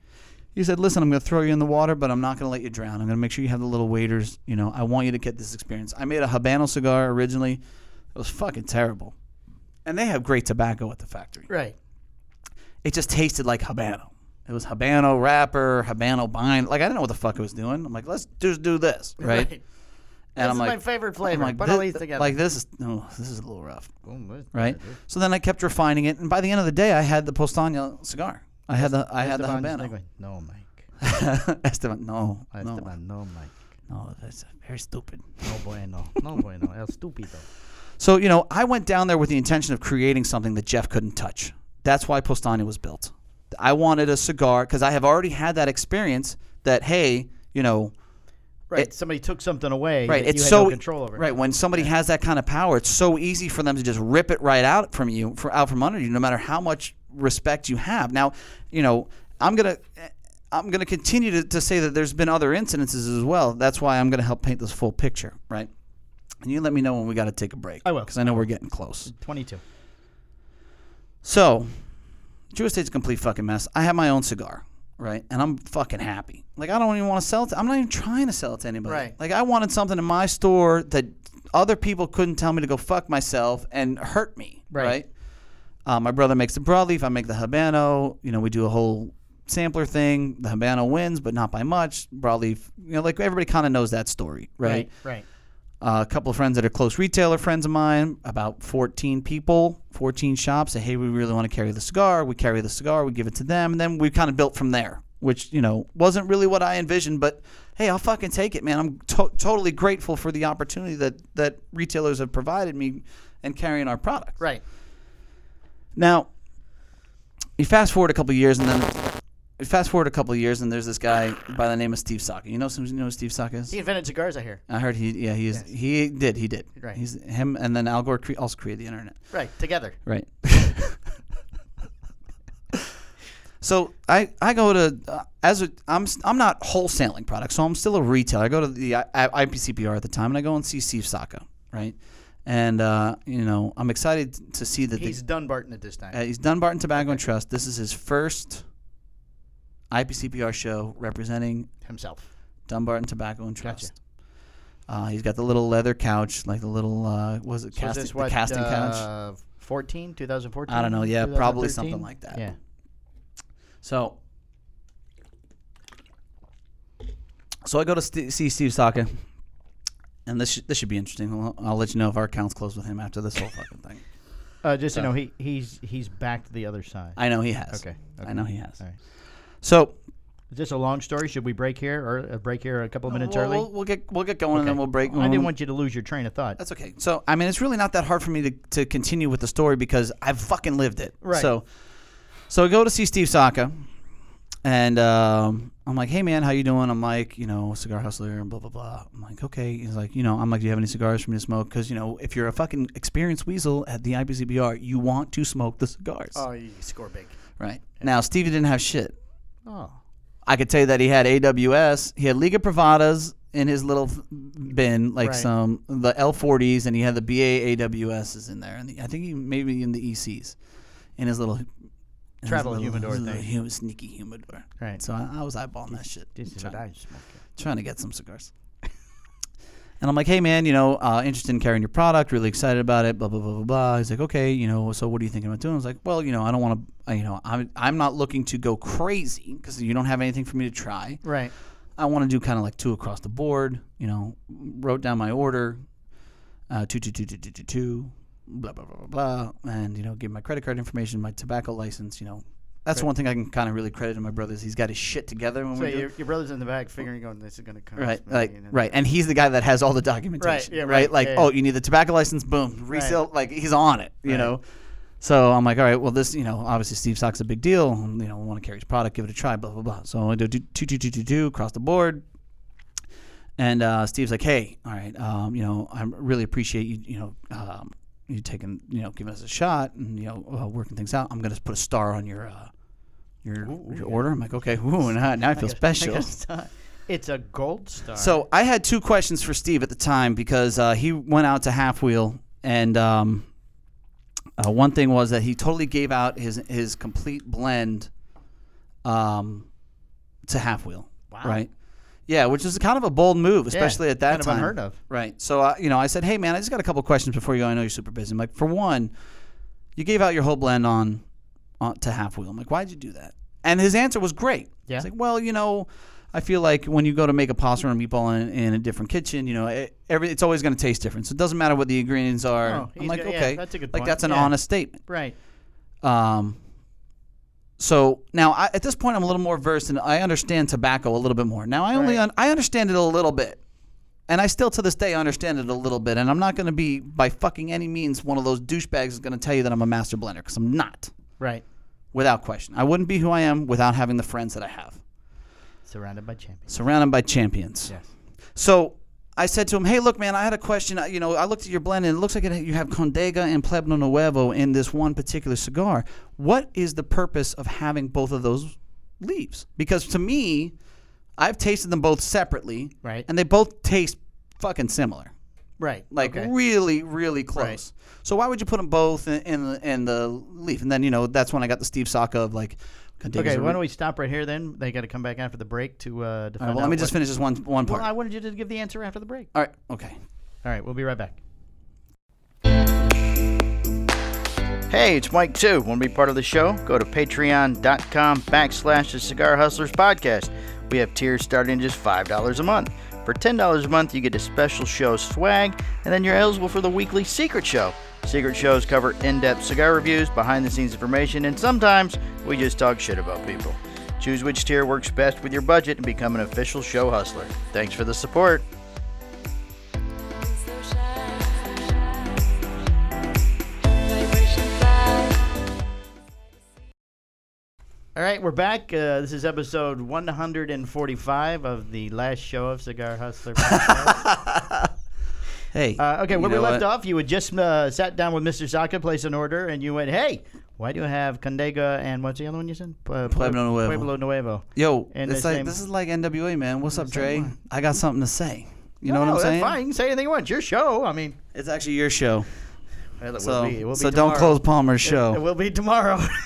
Speaker 2: He said, listen, I'm going to throw you in the water, but I'm not going to let you drown. I'm going to make sure you have the little waders. You know, I want you to get this experience. I made a Habano cigar originally. It was fucking terrible. And they have great tobacco at the factory
Speaker 1: Right.
Speaker 2: it just tasted like habano. It was habano wrapper, habano bind. Like I didn't know what the fuck it was doing. I'm like, let's just do this, right?
Speaker 1: This
Speaker 2: And I'm
Speaker 1: is
Speaker 2: like,
Speaker 1: my favorite
Speaker 2: I'm
Speaker 1: flavor.
Speaker 2: like,
Speaker 1: Put all
Speaker 2: thi-
Speaker 1: these together. Mm-hmm.
Speaker 2: like this is no, this is a little rough,
Speaker 1: Boom, this-
Speaker 2: right? So then I kept refining it, and by the end of the day, I had the Postana cigar. I had the I had the
Speaker 1: Esteban's
Speaker 2: habano.
Speaker 1: Negro. No, Mike.
Speaker 2: Esteban, no, no,
Speaker 1: Esteban, no, Mike.
Speaker 2: no, that's very stupid.
Speaker 1: No bueno. No bueno. El stupido.
Speaker 2: So, you know, I went down there with the intention of creating something that Jeff couldn't touch. That's why Postania was built. I wanted a cigar because I have already had that experience that, hey, you know,
Speaker 1: Right. somebody took something away.
Speaker 2: right,
Speaker 1: That
Speaker 2: it's
Speaker 1: you had
Speaker 2: so
Speaker 1: no control over.
Speaker 2: Right, when somebody has that kind of power, it's so easy for them to just rip it right out from you, for, out from under you, no matter how much respect you have. Now, you know, I'm gonna. I'm going to continue to, to say that there's been other incidences as well. That's why I'm going to help paint this full picture, right? And you let me know when we got to take a break.
Speaker 1: I will.
Speaker 2: Because I know we're getting close.
Speaker 1: Twenty-two.
Speaker 2: So, Drew Estate's a complete fucking mess. I have my own cigar, right? And I'm fucking happy. Like, I don't even want to sell it. To, I'm not even trying to sell it to anybody.
Speaker 1: Right.
Speaker 2: Like, I wanted something in my store that other people couldn't tell me to go fuck myself and hurt me,
Speaker 1: Right.
Speaker 2: right? Uh, my brother makes the broadleaf. I make the habano. You know, we do a whole sampler thing. The habano wins, but not by much. Broadleaf, you know, like everybody kind of knows that story, right?
Speaker 1: Right.
Speaker 2: Uh, a couple of friends that are close retailer friends of mine, about 14 people, 14 shops, say, hey, we really want to carry the cigar. We carry the cigar, we give it to them. And then we kind of built from there, which, you know, wasn't really what I envisioned, but hey, I'll fucking take it, man. I'm to- totally grateful for the opportunity that, that retailers have provided me and carrying our product.
Speaker 1: Right.
Speaker 2: Now, you fast forward a couple years, and then you fast forward a couple years, and there's this guy by the name of Steve Saka. You know, some, you know who Steve Saka is?
Speaker 1: He invented cigars. I hear.
Speaker 2: I heard he, yeah, he is. He did, he did.
Speaker 1: Right.
Speaker 2: He's him, and then Al Gore cre- also created the internet.
Speaker 1: Right. Together.
Speaker 2: Right. so I I go to uh, as a I'm s- I'm not wholesaling products, so I'm still a retailer. I go to the I, I, IPCPR at the time, and I go and see Steve Saka, right? And uh, you know, I'm excited to see that the-
Speaker 1: He's Dunbarton at this time.
Speaker 2: uh, he's Dunbarton Tobacco and Trust. This is his first IPCPR show representing
Speaker 1: himself.
Speaker 2: Dunbarton Tobacco and Trust. Uh, he's got the little leather couch, like the little uh, what was it
Speaker 1: So
Speaker 2: casting
Speaker 1: this what,
Speaker 2: the casting couch?
Speaker 1: uh, 14, 2014?
Speaker 2: I don't know. Yeah,
Speaker 1: 2013?
Speaker 2: probably something like that.
Speaker 1: Yeah.
Speaker 2: So, so I go to St- see Steve Saka, and this sh- this should be interesting. I'll, I'll let you know if our accounts close with him after this whole fucking thing.
Speaker 1: Uh, just so you know, he he's he's back to the other side.
Speaker 2: I know he has.
Speaker 1: Okay,
Speaker 2: I know he has.
Speaker 1: All right.
Speaker 2: So
Speaker 1: Is this a long story? Should we break here or uh, break here a couple of minutes
Speaker 2: we'll,
Speaker 1: early?
Speaker 2: we'll, we'll get we'll get going, and then we'll break.
Speaker 1: I
Speaker 2: we'll-
Speaker 1: didn't want you to lose your train of thought.
Speaker 2: That's okay. So I mean, it's really not that hard for me to, to continue with the story because I've fucking lived it.
Speaker 1: Right.
Speaker 2: So, so I go to see Steve Saka, and um, I'm like, "Hey man, how you doing?" I'm like, you know, cigar hustler and blah blah blah. I'm like, okay. He's like, you know, I'm like, do you have any cigars for me to smoke? Because you know, if you're a fucking experienced weasel at the IBCBR, you want to smoke the cigars,
Speaker 1: Oh, you score big.
Speaker 2: right? Now Stevie didn't have shit.
Speaker 1: Oh,
Speaker 2: I could tell you that he had AWS. He had Liga Privadas in his little f- bin, like
Speaker 1: Right.
Speaker 2: some the L40s, and he had the BA AWSs in there, and the, I think he maybe in the ECs, in his little in his
Speaker 1: Travel
Speaker 2: little-
Speaker 1: humidor
Speaker 2: his little
Speaker 1: thing.
Speaker 2: hu- sneaky humidor.
Speaker 1: Right.
Speaker 2: So I, I was eyeballing that shit,
Speaker 1: this is what
Speaker 2: trying,
Speaker 1: I smoke.
Speaker 2: trying to get some cigars. And I'm like, hey man, you know, uh, interested in carrying your product, really excited about it, blah blah blah blah blah. He's like, okay, you know, so what are you thinking about doing? I was like, well, you know, I don't want to, you know, I'm I'm not looking to go crazy because you don't have anything for me to try.
Speaker 1: Right.
Speaker 2: I want to do kind of like two across the board. You know, wrote down my order, uh, two, two, two, two, two, two, two, blah, blah, blah, blah, blah, and you know, give my credit card information, my tobacco license. You know, that's one thing I can kind of really credit to my brothers. He's got his shit together when
Speaker 1: So
Speaker 2: we do.
Speaker 1: your, your brother's in the back figuring, going, this is going to cost
Speaker 2: Right,
Speaker 1: me.
Speaker 2: like,
Speaker 1: and then-
Speaker 2: right, and he's the guy that has all the documentation.
Speaker 1: yeah,
Speaker 2: Right,
Speaker 1: right,
Speaker 2: like,
Speaker 1: yeah, yeah.
Speaker 2: oh, you need the tobacco license, boom, resale. Like, he's on it, you know. So I'm like, all right, well, this, you know, obviously Steve Stock's a big deal. You know, want to carry his product, give it a try, blah blah blah. So I do two two two two two two across the board, and uh, Steve's like, hey, all right, um, you know, I really appreciate you, you know, um, you taking, you know, giving us a shot and you know, uh, working things out. I'm gonna just put a star on your. Uh, your, your order. I'm like, okay, ooh, now, now I feel special.
Speaker 1: It's not- It's a gold star.
Speaker 2: So I had two questions for Steve at the time because uh, he went out to Half Wheel, and um, uh, one thing was that he totally gave out his his complete blend um, to Half Wheel.
Speaker 1: Wow.
Speaker 2: Right. Yeah, which is kind of a bold move,
Speaker 1: Yeah,
Speaker 2: especially at that
Speaker 1: kind
Speaker 2: time.
Speaker 1: of unheard of.
Speaker 2: Right. So I, you know, I said, "Hey, man, I just got a couple questions before you go. I know you're super busy." I'm like, for one, you gave out your whole blend on, on to half wheel. I'm like, why'd you do that? And his answer was great.
Speaker 1: Yeah.
Speaker 2: It's like, well, you know, I feel like when you go to make a pasta or a meatball in, in a different kitchen, you know, it, every it's always going to taste different. So it doesn't matter what the ingredients are.
Speaker 1: Oh,
Speaker 2: I'm
Speaker 1: he's
Speaker 2: like,
Speaker 1: got- yeah,
Speaker 2: okay,
Speaker 1: that's a good
Speaker 2: like
Speaker 1: point.
Speaker 2: that's an
Speaker 1: Yeah.
Speaker 2: honest statement.
Speaker 1: Right.
Speaker 2: Um, so now I, at this point, I'm a little more versed and I understand tobacco a little bit more. Now I only
Speaker 1: Right.
Speaker 2: un- I understand it a little bit, and I still to this day understand it a little bit. And I'm not going to be by fucking any means one of those douchebags is going to tell you that I'm a master blender because I'm not,
Speaker 1: Right.
Speaker 2: without question. I wouldn't be who I am without having the friends that I have,
Speaker 1: Surrounded by champions.
Speaker 2: surrounded by champions.
Speaker 1: Yes.
Speaker 2: So I said to him, "Hey, look, man, I had a question. I- You know, I looked at your blend, and it looks like it, you have Condega and Pueblo Nuevo in this one particular cigar. What is the purpose of having both of those leaves? Because to me, I've tasted them both separately,
Speaker 1: Right.
Speaker 2: And they both taste fucking similar,
Speaker 1: Right.
Speaker 2: like
Speaker 1: okay.
Speaker 2: really, really close.
Speaker 1: Right.
Speaker 2: So why would you put them both in, in, the- in the leaf? And then you know that's when I got the Steve Saka of like. Condega's
Speaker 1: Okay,
Speaker 2: a
Speaker 1: why
Speaker 2: re-
Speaker 1: don't we stop right here then? They got to come back after the break to uh,
Speaker 2: All
Speaker 1: define.
Speaker 2: right, well, let me just finish this one one part.
Speaker 1: Well, I wanted you to give the answer after the break.
Speaker 2: All right, okay.
Speaker 1: All right, we'll be right back. Hey, it's Mike too. Want to be part of the show? Go to patreon.com backslash the Cigar Hustlers podcast. We have tiers starting at just $5 a month. For $10 a month, you get a special show swag, and then you're eligible for the weekly secret show. Secret shows cover in depth cigar reviews, behind the scenes information, and sometimes we just talk shit about people. Choose which tier works best with your budget and become an official show hustler. Thanks for the support. All right, we're back. Uh, this is episode 145 of the last show of Cigar Hustler. Podcast.
Speaker 2: Hey.
Speaker 1: uh, okay, where we
Speaker 2: you know
Speaker 1: left
Speaker 2: what?
Speaker 1: off, you had just uh, sat down with Mr. Saka, placed an order, and you went, "Hey, why do you have Condega and what's the other one you said? P- uh,
Speaker 2: Pueblo Nuevo.
Speaker 1: Pueblo Nuevo.
Speaker 2: Yo,
Speaker 1: And
Speaker 2: it's
Speaker 1: the
Speaker 2: like
Speaker 1: same-
Speaker 2: this is like NWA, man. What's up, Dre?
Speaker 1: one.
Speaker 2: I got something to say. You
Speaker 1: No,
Speaker 2: know what I'm
Speaker 1: that's
Speaker 2: saying?
Speaker 1: Fine, say anything you want. It's your show. I mean,
Speaker 2: It's actually your show,
Speaker 1: well, it
Speaker 2: so
Speaker 1: will be. It will be
Speaker 2: so don't
Speaker 1: tomorrow.
Speaker 2: close Palmer's
Speaker 1: It
Speaker 2: show.
Speaker 1: will be tomorrow.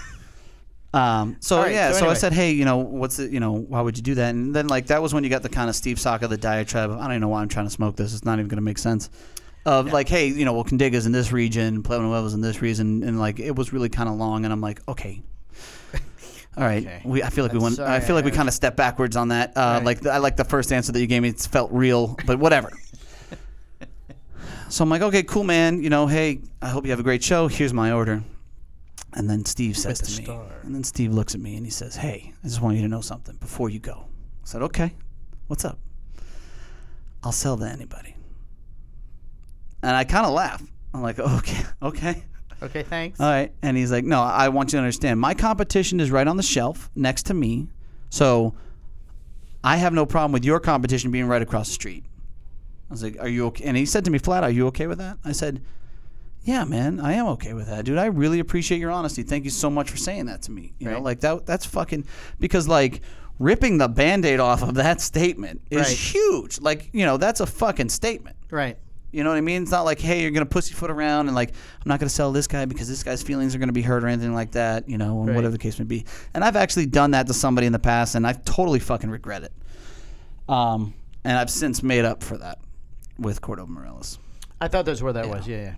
Speaker 2: Um, so
Speaker 1: All right,
Speaker 2: yeah,
Speaker 1: so
Speaker 2: so, I
Speaker 1: anyway.
Speaker 2: said, hey, you know, what's it? You know, why would you do that? And then like that was when you got the kind of Steve Saka the diatribe. Of, I don't even know why I'm trying to smoke this. It's not even going to make sense. Of like, hey, you know, well, Condiga's in this region, Pueblo Nuevo's in this region, and like it was really kind of long. And I'm like, okay. All right,
Speaker 1: Okay.
Speaker 2: we, I feel like we
Speaker 1: I'm
Speaker 2: went. I
Speaker 1: sorry,
Speaker 2: feel like we
Speaker 1: I-
Speaker 2: kind of stepped backwards on that. Uh,
Speaker 1: Right.
Speaker 2: Like the, I like the first answer that you gave me. It felt real, but whatever. So I'm like, okay, cool, man. You know, hey, I hope you have a great show. Here's my order. And then Steve says
Speaker 1: the
Speaker 2: to me,
Speaker 1: star.
Speaker 2: and then Steve looks at me and he says, hey, I just want you to know something before you go. I said, okay, what's up? I'll sell to anybody. And I kind of laugh. I'm like, okay, okay.
Speaker 1: okay, thanks.
Speaker 2: All right. And he's like, no, I want you to understand my competition is right on the shelf next to me. So I have no problem with your competition being right across the street. I was like, are you okay? And he said to me flat, are you okay with that? I said, yeah, man, I am okay with that, dude. I really appreciate your honesty. Thank you so much for saying that to me. You know,
Speaker 1: Right.
Speaker 2: like that that's fucking because like ripping the band-aid off of that statement is
Speaker 1: Right.
Speaker 2: huge. Like, you know, that's a fucking statement.
Speaker 1: right.
Speaker 2: You know what I mean? It's not like, hey, you're gonna pussyfoot around and like, I'm not gonna sell this guy because this guy's feelings are gonna be hurt or anything like that. You know, and
Speaker 1: Right.
Speaker 2: whatever the case may be. And I've actually done that to somebody in the past, and I've totally fucking regret it. Um, and I've since made up for that. with Cordova Morales.
Speaker 1: I thought that's where that was. Yeah, yeah,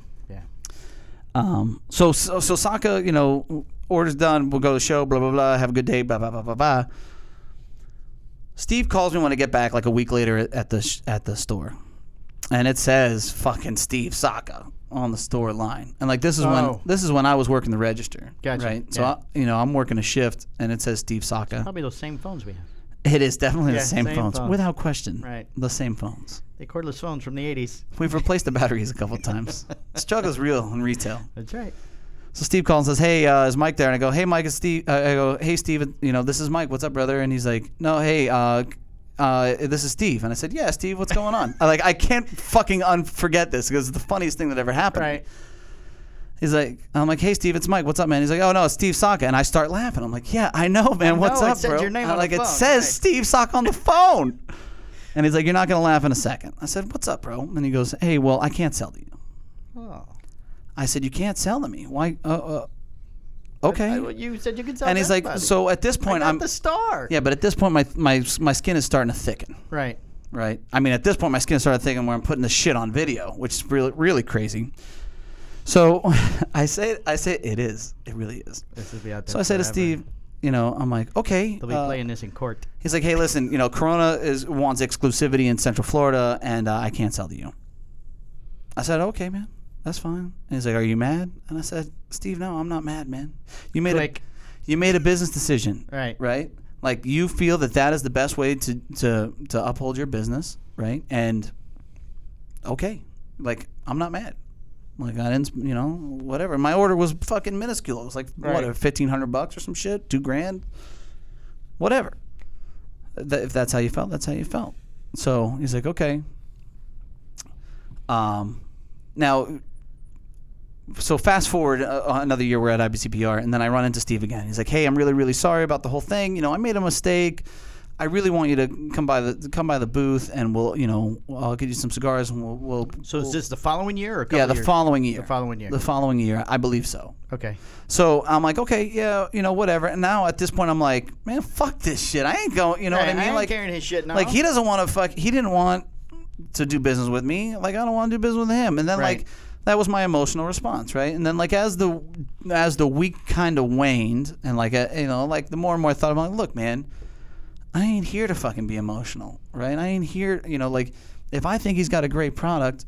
Speaker 1: yeah.
Speaker 2: Um, so, so so Saka, you know, order's done. We'll go to the show. Blah blah blah. Have a good day. Blah blah blah blah blah. Steve calls me when I get back, like a week later at- at the sh- at the store, and it says "fucking Steve Saka" on the store line. And like this is when
Speaker 1: Oh.
Speaker 2: this is when I was working the register,
Speaker 1: Gotcha.
Speaker 2: right? So
Speaker 1: Yeah.
Speaker 2: I, you know I'm working a shift, and it says Steve Saka.
Speaker 1: Probably those same phones we have.
Speaker 2: It is definitely
Speaker 1: Yeah,
Speaker 2: the same,
Speaker 1: same
Speaker 2: phones,
Speaker 1: phones.
Speaker 2: without question.
Speaker 1: Right.
Speaker 2: the same phones.
Speaker 1: The cordless phones from the 80s.
Speaker 2: We've replaced the batteries a couple times. Struggle's real in retail.
Speaker 1: That's right.
Speaker 2: So Steve calls and says, "Hey, uh, is Mike there?" And I go, "Hey, Mike, it's Steve." Uh, I go, "Hey, Steve, you know this is Mike. What's up, brother?" And he's like, "No, hey, uh, uh, this is Steve." And I said, "Yeah, Steve, what's going on?" I, like I can't fucking unforget this because it's the funniest thing that ever happened.
Speaker 1: Right.
Speaker 2: He's like, "I'm like, hey, Steve, it's Mike. What's up, man?" He's like, "Oh no, it's Steve Saka." And I start laughing. I'm like, "Yeah, I know, man.
Speaker 1: I
Speaker 2: what's
Speaker 1: know, it
Speaker 2: up,
Speaker 1: said
Speaker 2: bro?"
Speaker 1: your name
Speaker 2: I'm
Speaker 1: on the
Speaker 2: like,
Speaker 1: phone,
Speaker 2: "It says
Speaker 1: right."
Speaker 2: Steve Saka on the phone." and he's like, "You're not gonna laugh in a second. I said, "What's up, bro?" And he goes, "Hey, well, I can't sell to you."
Speaker 1: Oh.
Speaker 2: I said, "You can't sell to me. Why?" Uh, uh, okay.
Speaker 1: I- well, you said you could sell
Speaker 2: and he's like,
Speaker 1: everybody.
Speaker 2: so at this
Speaker 1: I
Speaker 2: point,
Speaker 1: got
Speaker 2: I'm
Speaker 1: the star.
Speaker 2: yeah, but at this point, my my my skin is starting to thicken,
Speaker 1: Right.
Speaker 2: right? I mean, at this point, my skin started thickening where I'm putting the shit on video, which is really really crazy. So I say I say it is, it really is.
Speaker 1: This would be out there
Speaker 2: So I say to
Speaker 1: forever.
Speaker 2: Steve, you know, I'm like, okay.
Speaker 1: They'll be
Speaker 2: uh,
Speaker 1: playing this in court.
Speaker 2: he's like, hey, listen, you know, Corona is wants exclusivity in Central Florida, and uh, I can't sell to you. I said, okay, man, that's fine. And he's like, are you mad? And I said, Steve, no, I'm not mad, man. You made
Speaker 1: Click.
Speaker 2: a you made a business decision,
Speaker 1: Right.
Speaker 2: Right. Like you feel that that is the best way to to to uphold your business, right? And okay, like I'm not mad. Like I didn't, you know, whatever. My order was fucking minuscule. It was like
Speaker 1: Right.
Speaker 2: what, fifteen hundred bucks or some shit, two grand, whatever. Th- if that's how you felt, that's how you felt. So he's like, okay. Um, now, so fast forward uh, another year, we're at IBCPR, and then I run into Steve again. He's like, hey, I'm really, really sorry about the whole thing. You know, I made a mistake. I really want you to come by the come by the booth, and we'll, you know, I'll get you some cigars, and we'll. we'll
Speaker 1: So
Speaker 2: we'll-
Speaker 1: is this the following year or a couple
Speaker 2: yeah, the
Speaker 1: years?
Speaker 2: following year.
Speaker 1: The following year.
Speaker 2: The following year, I believe so.
Speaker 1: okay.
Speaker 2: So I'm like, okay, yeah, you know, whatever. And now at this point, I'm like, man, fuck this shit. I ain't going. You know
Speaker 1: Hey,
Speaker 2: what I mean?
Speaker 1: ain't
Speaker 2: like,
Speaker 1: carrying his shit now.
Speaker 2: like he doesn't want to fuck. He didn't want to do business with me. Like I don't want to do business with him. And then
Speaker 1: Right.
Speaker 2: like that was my emotional response, right? And then like as the as the week kind of waned, and like uh, you know, like the more and more I thought, I'm like, look, man, I ain't here to fucking be emotional, right? I ain't here, you know, like if I think he's got a great product,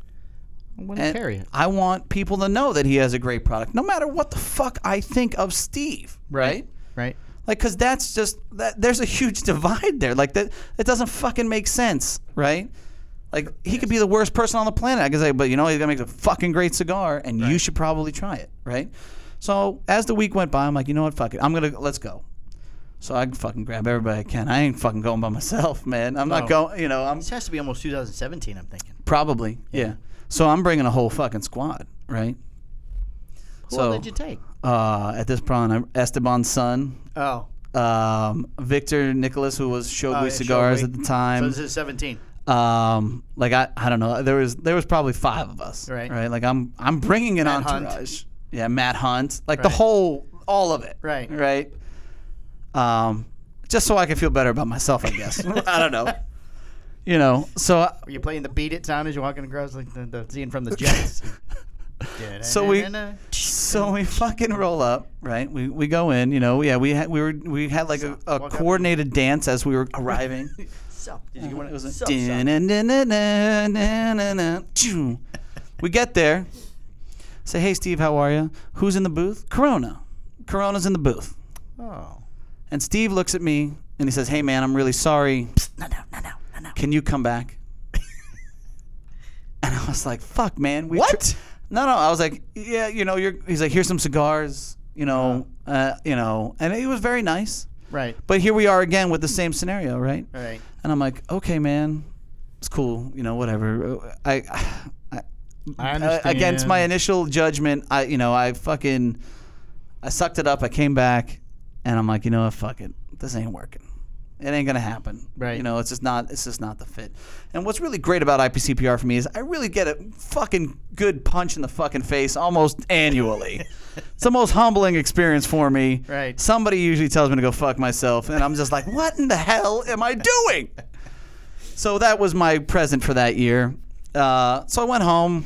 Speaker 1: I'm gonna
Speaker 2: and
Speaker 1: carry it.
Speaker 2: I want people to know that he has a great product, no matter what the fuck I think of Steve, right?
Speaker 1: Right.
Speaker 2: Like, cause that's just that. There's a huge divide there. Like that, it doesn't fucking make sense, right? Like he could be the worst person on the planet. I can say, but you know, he's gonna make a fucking great cigar, and you should probably try it, right? So as the week went by, I'm like, you know what, fuck it, I'm gonna let's go. So I fucking grab everybody I can. I ain't fucking going by myself, man. I'm
Speaker 1: No.
Speaker 2: not going. You know, I'm
Speaker 1: This has to be almost 2017. I'm thinking.
Speaker 2: Probably, yeah. So I'm bringing a whole fucking squad, right?
Speaker 1: Who
Speaker 2: so
Speaker 1: all did you take?
Speaker 2: uh, at this point, I'm Esteban's son,
Speaker 1: Oh,
Speaker 2: um, Victor Nicholas, who was Shogui
Speaker 1: Oh, yeah,
Speaker 2: Cigars
Speaker 1: Shogui.
Speaker 2: at the
Speaker 1: so
Speaker 2: time.
Speaker 1: this is 17.
Speaker 2: um, like I, I don't know. There was there was probably five of us,
Speaker 1: Right.
Speaker 2: Right. Like I'm I'm bringing an
Speaker 1: Matt Hunt.
Speaker 2: entourage. Yeah, Matt Hunt, like the
Speaker 1: Right.
Speaker 2: whole all of it,
Speaker 1: Right.
Speaker 2: Right. Um, just so I can feel better about myself, I guess. I don't know. You know, so I-
Speaker 1: Were you playing the "Beat It" sound as you're walking across, like the, the scene from the Jets?
Speaker 2: So we- So we fucking roll up, right? We, we go in, you know. Yeah, we had we were we had like a, a
Speaker 1: Walk up.
Speaker 2: coordinated dance as we were arriving.
Speaker 1: Sup? Did you get one?
Speaker 2: It was a
Speaker 1: Sup, sup.
Speaker 2: dun-dun-dun-dun-dun-dun-dun. Choo. we get there. Say, hey Steve, how are you? Who's in the booth? Corona. Corona's in the booth.
Speaker 1: Oh.
Speaker 2: And Steve looks at me and he says, hey man, I'm really sorry.
Speaker 1: No, no, no, no, no, no.
Speaker 2: Can you come back? and I was like, fuck man, we
Speaker 1: What?
Speaker 2: no, no. I was like, yeah, you know, you're. He's like, here's some cigars, you know, uh, you know, and he was very nice.
Speaker 1: Right.
Speaker 2: But here we are again with the same scenario, right?
Speaker 1: All right.
Speaker 2: And I'm like, okay, man, it's cool, you know, whatever. I, I,
Speaker 1: I
Speaker 2: uh,
Speaker 1: understand.
Speaker 2: against my initial judgment, I, you know, I fucking, I sucked it up. I came back, and I'm like, you know what, fuck it, this ain't working. It ain't gonna happen.
Speaker 1: Right.
Speaker 2: You know, it's just not. It's just not the fit. And what's really great about IPCPR for me is I really get a fucking good punch in the fucking face almost annually. it's the most humbling experience for me.
Speaker 1: Right.
Speaker 2: Somebody usually tells me to go fuck myself, and I'm just like, what in the hell am I doing? So that was my present for that year. uh, so I went home,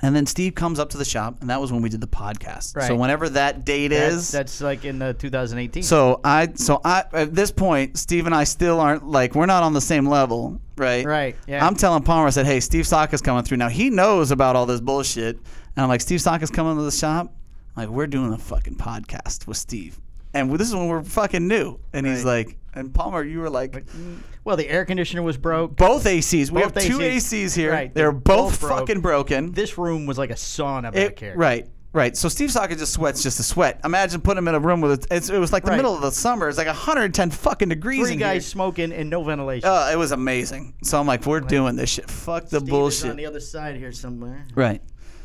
Speaker 2: and then Steve comes up to the shop, and that was when we did the podcast. So
Speaker 1: Right.
Speaker 2: whenever that date
Speaker 1: That-
Speaker 2: is,
Speaker 1: that's like in the 2018.
Speaker 2: so I, so I, at this point, Steve and I still aren't like we're not on the same level, right?
Speaker 1: Right, yeah.
Speaker 2: I'm telling Palmer, I said, "Hey, Steve Saka's coming through now. He knows about all this bullshit." And I'm like, "Steve Saka's coming to the shop. like, we're doing a fucking podcast with Steve, and this is when we're fucking new." And he's
Speaker 1: Right.
Speaker 2: like, "And Palmer, you were like."
Speaker 1: Mm, well, the air conditioner was broke.
Speaker 2: both ACs. We
Speaker 1: Both
Speaker 2: have two
Speaker 1: ACs.
Speaker 2: ACs here.
Speaker 1: Right,
Speaker 2: They're
Speaker 1: they're
Speaker 2: both,
Speaker 1: both broke.
Speaker 2: fucking broken.
Speaker 1: this room was like a sauna back
Speaker 2: It-
Speaker 1: here.
Speaker 2: right, right. So Steve Saka just sweats just to sweat. Imagine putting him in a room with a, it's, it was like the
Speaker 1: Right.
Speaker 2: middle of the summer. It's like 110 fucking degrees
Speaker 1: Three
Speaker 2: in
Speaker 1: guys
Speaker 2: here.
Speaker 1: smoking and no ventilation.
Speaker 2: Uh, it was amazing. So I'm like, we're doing this shit. Fuck the
Speaker 1: Steve is
Speaker 2: bullshit.
Speaker 1: on the other side here somewhere.
Speaker 2: Right.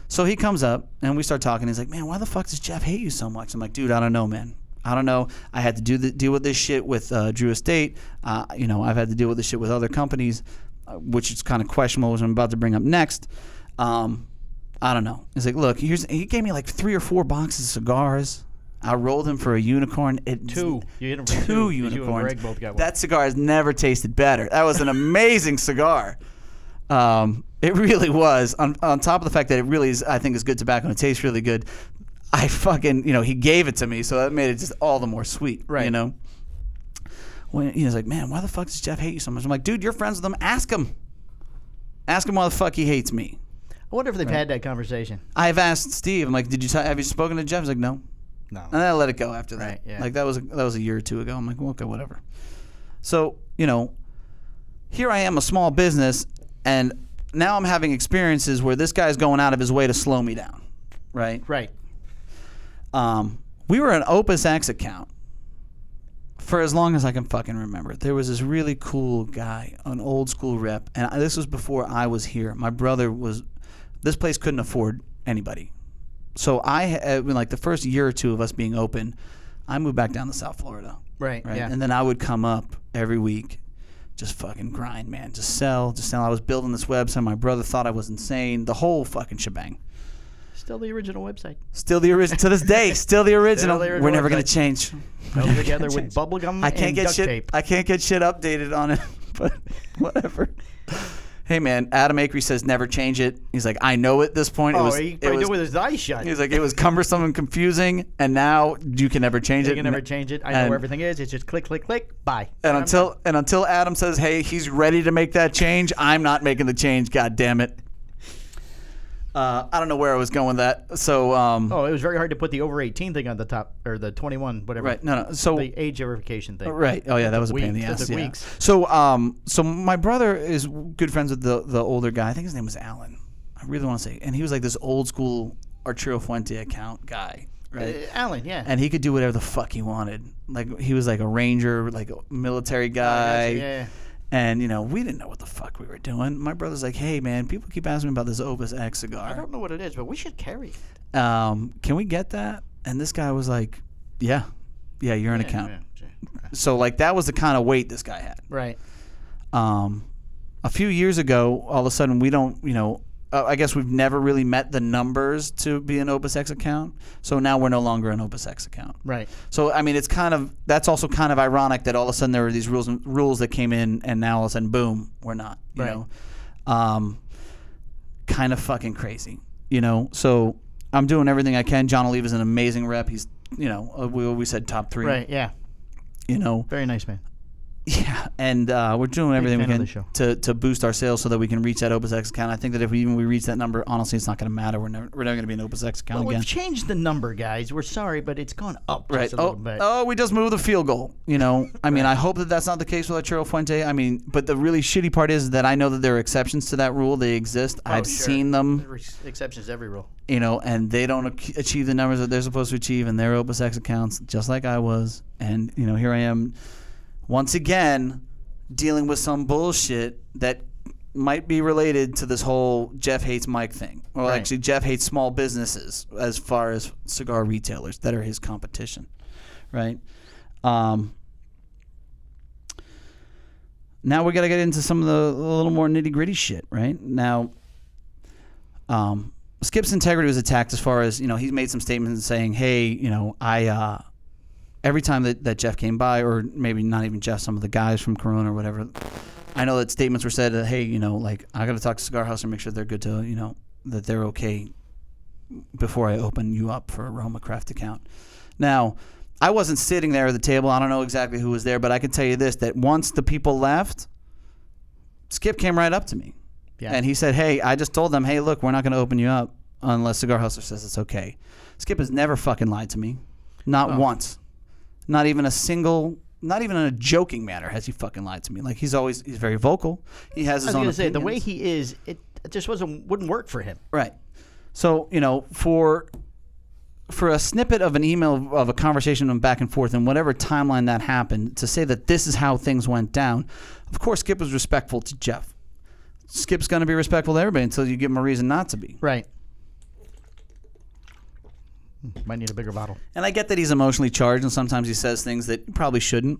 Speaker 2: So he comes up and we start talking. He's like, "Man, why the fuck does Jeff hate you so much?" I'm like, "Dude, I don't know, man. I don't know. I had to do the, deal with this shit with uh, Drew Estate. Uh, you know, I've had to deal with this shit with other companies, uh, which is kind of questionable, which I'm about to bring up next. Um, I don't know." He's like, "Look, here's." He gave me like three or four boxes of cigars. I rolled him for a unicorn. It,
Speaker 1: Two. You hit him for
Speaker 2: two,
Speaker 1: two, 'cause you and
Speaker 2: unicorns.
Speaker 1: Greg both got one.
Speaker 2: That cigar has never tasted better. That was an amazing cigar. Um, it really was. On, on top of the fact that it really is, I think, is good tobacco and it tastes really good. I fucking, you know, he gave it to me, so that made it just all the more sweet. You
Speaker 1: Right.
Speaker 2: know. When he's like, man, why the fuck does Jeff hate you so much? I'm like, dude, you're friends with him. Ask him. Ask him why the fuck he hates me.
Speaker 1: I wonder if they've had that conversation.
Speaker 2: I've asked Steve. I'm like, did you t- have you spoken to Jeff? He's like, no.
Speaker 1: No.
Speaker 2: And I let it go after that.
Speaker 1: Right, yeah.
Speaker 2: Like that was that was a year or two ago. I'm like, well, okay, whatever. So you know, here I am, a small business, and now I'm having experiences where this guy's going out of his way to slow me down, right?
Speaker 1: right.
Speaker 2: Um, we were an Opus X account for as long as I can fucking remember. There was this really cool guy, an old school rep, and I- this was before I was here. My brother was. This place couldn't afford anybody, so I uh, like the first year or two of us being open, I moved back down to South Florida,
Speaker 1: Right.
Speaker 2: right?
Speaker 1: Yeah.
Speaker 2: And then I would come up every week, just fucking grind, man, just sell, just sell. I was building this website. My brother thought I was insane. The whole fucking shebang.
Speaker 1: Still the original website.
Speaker 2: Still the original to this day. Still the original.
Speaker 1: the
Speaker 2: We're
Speaker 1: original
Speaker 2: never gonna
Speaker 1: website.
Speaker 2: change. We're
Speaker 1: Held
Speaker 2: never
Speaker 1: together
Speaker 2: gonna
Speaker 1: with
Speaker 2: change.
Speaker 1: bubblegum
Speaker 2: I can't
Speaker 1: and
Speaker 2: get
Speaker 1: duct
Speaker 2: shit.
Speaker 1: tape.
Speaker 2: I can't get shit updated on it, but whatever. hey man, Adam Akery says never change it. He's like, I know at this point
Speaker 1: oh,
Speaker 2: it was.
Speaker 1: he
Speaker 2: it
Speaker 1: probably
Speaker 2: was
Speaker 1: did it with his eyes shut.
Speaker 2: he's like it was cumbersome and confusing, and now you can never change
Speaker 1: You
Speaker 2: it.
Speaker 1: can never change it. I know
Speaker 2: and-
Speaker 1: where everything is. It's just click, click, click. Bye.
Speaker 2: And
Speaker 1: I'm
Speaker 2: until and until Adam says, "Hey, he's ready to make that change," I'm not making the change. God damn it! Uh, I don't know where I was going with that. So um,
Speaker 1: Oh, it was very hard to put the over 18 thing on the top, or the 21, whatever.
Speaker 2: right, no, no. So
Speaker 1: The age verification thing.
Speaker 2: Right. Oh yeah, that was a pain in the
Speaker 1: weeks, that
Speaker 2: ass.
Speaker 1: took
Speaker 2: yeah.
Speaker 1: weeks.
Speaker 2: So um, so my brother is good friends with the the older guy. I think his name was Alan. I really want to say, and he was like this old school Arturo Fuente account guy,
Speaker 1: Uh,
Speaker 2: right?
Speaker 1: Alan, yeah.
Speaker 2: and he could do whatever the fuck he wanted. Like he was like a ranger, like a military guy.
Speaker 1: Oh, yeah, yeah.
Speaker 2: And you know we didn't know what the fuck we were doing. My brother's like, "Hey man, people keep asking me about this Opus X
Speaker 1: I
Speaker 2: cigar.
Speaker 1: don't know what it is, but we should carry it.
Speaker 2: Um, can we get that?" And this guy was like, "Yeah, yeah, you're an account."
Speaker 1: Yeah, yeah.
Speaker 2: So like that was the kind of weight this guy had.
Speaker 1: Right.
Speaker 2: um, a few years ago, all of a sudden we don't, you know, uh, I guess we've never really met the numbers to be an Opus X account. So now we're no longer an Opus X account.
Speaker 1: Right.
Speaker 2: So I mean, it's kind of that's also kind of ironic that all of a sudden there were these rules and rules that came in, and now all of a sudden, boom, we're not. You
Speaker 1: Right.
Speaker 2: know, um, kind of fucking crazy. You know, so I'm doing everything I can. John Olive is an amazing rep. He's, you know, uh, we always said top three.
Speaker 1: Right. Yeah.
Speaker 2: You know,
Speaker 1: Very nice man.
Speaker 2: yeah, and uh, we're doing everything we
Speaker 1: fan of
Speaker 2: can
Speaker 1: the show.
Speaker 2: to, to boost our sales so that we can reach that Opus X account. I think that if we, even we reach that number, honestly, it's not going to matter. We're never, we're never going to be an Opus X account
Speaker 1: Well,
Speaker 2: again.
Speaker 1: we've changed the number, guys. We're sorry, but it's gone up
Speaker 2: Right.
Speaker 1: just a
Speaker 2: Oh,
Speaker 1: little bit.
Speaker 2: oh, we just moved the field goal. You know, I mean, I hope that that's not the case with Arturo Fuente. I mean, but the really shitty part is that I know that there are exceptions to that rule. They exist.
Speaker 1: Oh,
Speaker 2: I've
Speaker 1: sure.
Speaker 2: seen them.
Speaker 1: There are exceptions to every rule.
Speaker 2: You know, and they don't ac- achieve the numbers that they're supposed to achieve in their Opus X accounts, just like I was. And you know, here I am, once again, dealing with some bullshit that might be related to this whole Jeff hates Mike thing. Well,
Speaker 1: Right.
Speaker 2: actually, Jeff hates small businesses as far as cigar retailers that are his competition, right? Um, now we got to get into some of the a little more nitty gritty shit, right? Now, um, Skip's integrity was attacked as far as you know. He's made some statements saying, "Hey, you know, I." Uh, every time that, that Jeff came by, or maybe not even Jeff, some of the guys from Corona or whatever, I know that statements were said that hey, you know, like I got to talk to Cigar House and make sure they're good to, you know, that they're okay before I open you up for a Roma Craft account. Now, I wasn't sitting there at the table. I don't know exactly who was there, but I can tell you this: that once the people left, Skip came right up to me,
Speaker 1: Yeah.
Speaker 2: and he said, "Hey, I just told them, hey, look, we're not going to open you up unless Cigar Hustler says it's okay." Skip has never fucking lied to me, not
Speaker 1: Oh.
Speaker 2: once, not even a single. Not even in a joking manner has he fucking lied to me. Like he's always he's very vocal. He has
Speaker 1: I was
Speaker 2: his own.
Speaker 1: going to say the way
Speaker 2: opinions.
Speaker 1: he is, it, it just wasn't wouldn't work for him.
Speaker 2: Right. So you know, for for a snippet of an email of a conversation on back and forth and whatever timeline that happened to say that this is how things went down, of course Skip was respectful to Jeff. Skip's going to be respectful to everybody until you give him a reason not to be.
Speaker 1: Right. Hmm. Might need a bigger bottle.
Speaker 2: And I get that he's emotionally charged and sometimes he says things that he probably shouldn't,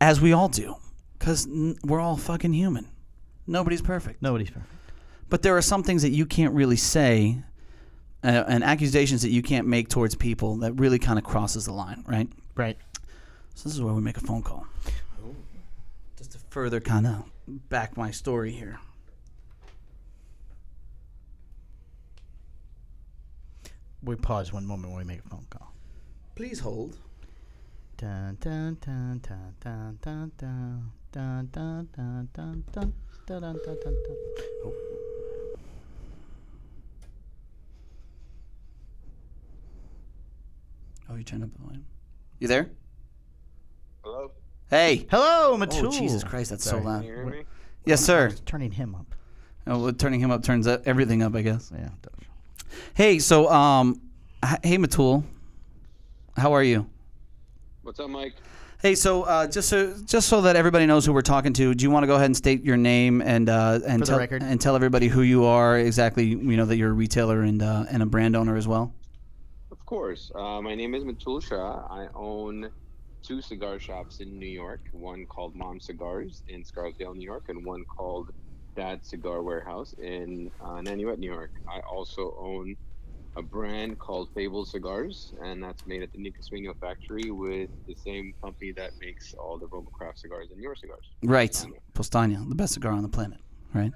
Speaker 2: as we all do, because n- we're all fucking human. Nobody's perfect.
Speaker 1: Nobody's perfect.
Speaker 2: But there are some things that you can't really say uh, and accusations that you can't make towards people that really kind of crosses the line, right?
Speaker 1: Right.
Speaker 2: So this is where we make a phone call. Oh. Just to further kind of back my story here.
Speaker 1: We pause one moment when we make a phone call.
Speaker 2: Please hold.
Speaker 1: Dun, dun, dun, dun, dun, dun, dun, dun, dun, dun, dun, dun, dun, dun, dun, dun, dun. Oh.
Speaker 2: Oh, you turned up the volume. You there?
Speaker 3: Hello?
Speaker 2: Hey.
Speaker 1: Hello,
Speaker 2: Oh,
Speaker 1: Matul.
Speaker 2: Jesus Christ, that's
Speaker 1: Sorry.
Speaker 2: so
Speaker 3: Can
Speaker 2: loud.
Speaker 3: you hear me?
Speaker 2: Yes, sir.
Speaker 1: Turning him up.
Speaker 2: Oh, well, turning him up turns up- everything up, I guess.
Speaker 1: Yeah.
Speaker 2: Hey, so um, h- hey Matul, how are you?
Speaker 3: What's up, Mike?
Speaker 2: Hey, so uh, just so just so that everybody knows who we're talking to, do you want to go ahead and state your name and uh, and
Speaker 1: For the
Speaker 2: tell
Speaker 1: record.
Speaker 2: and tell everybody who you are exactly? You know that you're a retailer and uh, and a brand owner as well.
Speaker 3: Of course. Uh, my name is Matul Shah. I own two cigar shops in New York one called Mom Cigars in Scarsdale, New York, and one called Dad Cigar Warehouse in uh, Nanuet, New York. I also own a brand called Fable Cigars, and that's made at the Nicoswingo factory with the same company that makes all the Roma Craft cigars and your cigars.
Speaker 2: Right,
Speaker 3: Postania.
Speaker 2: Postania, the best cigar on the planet. Right,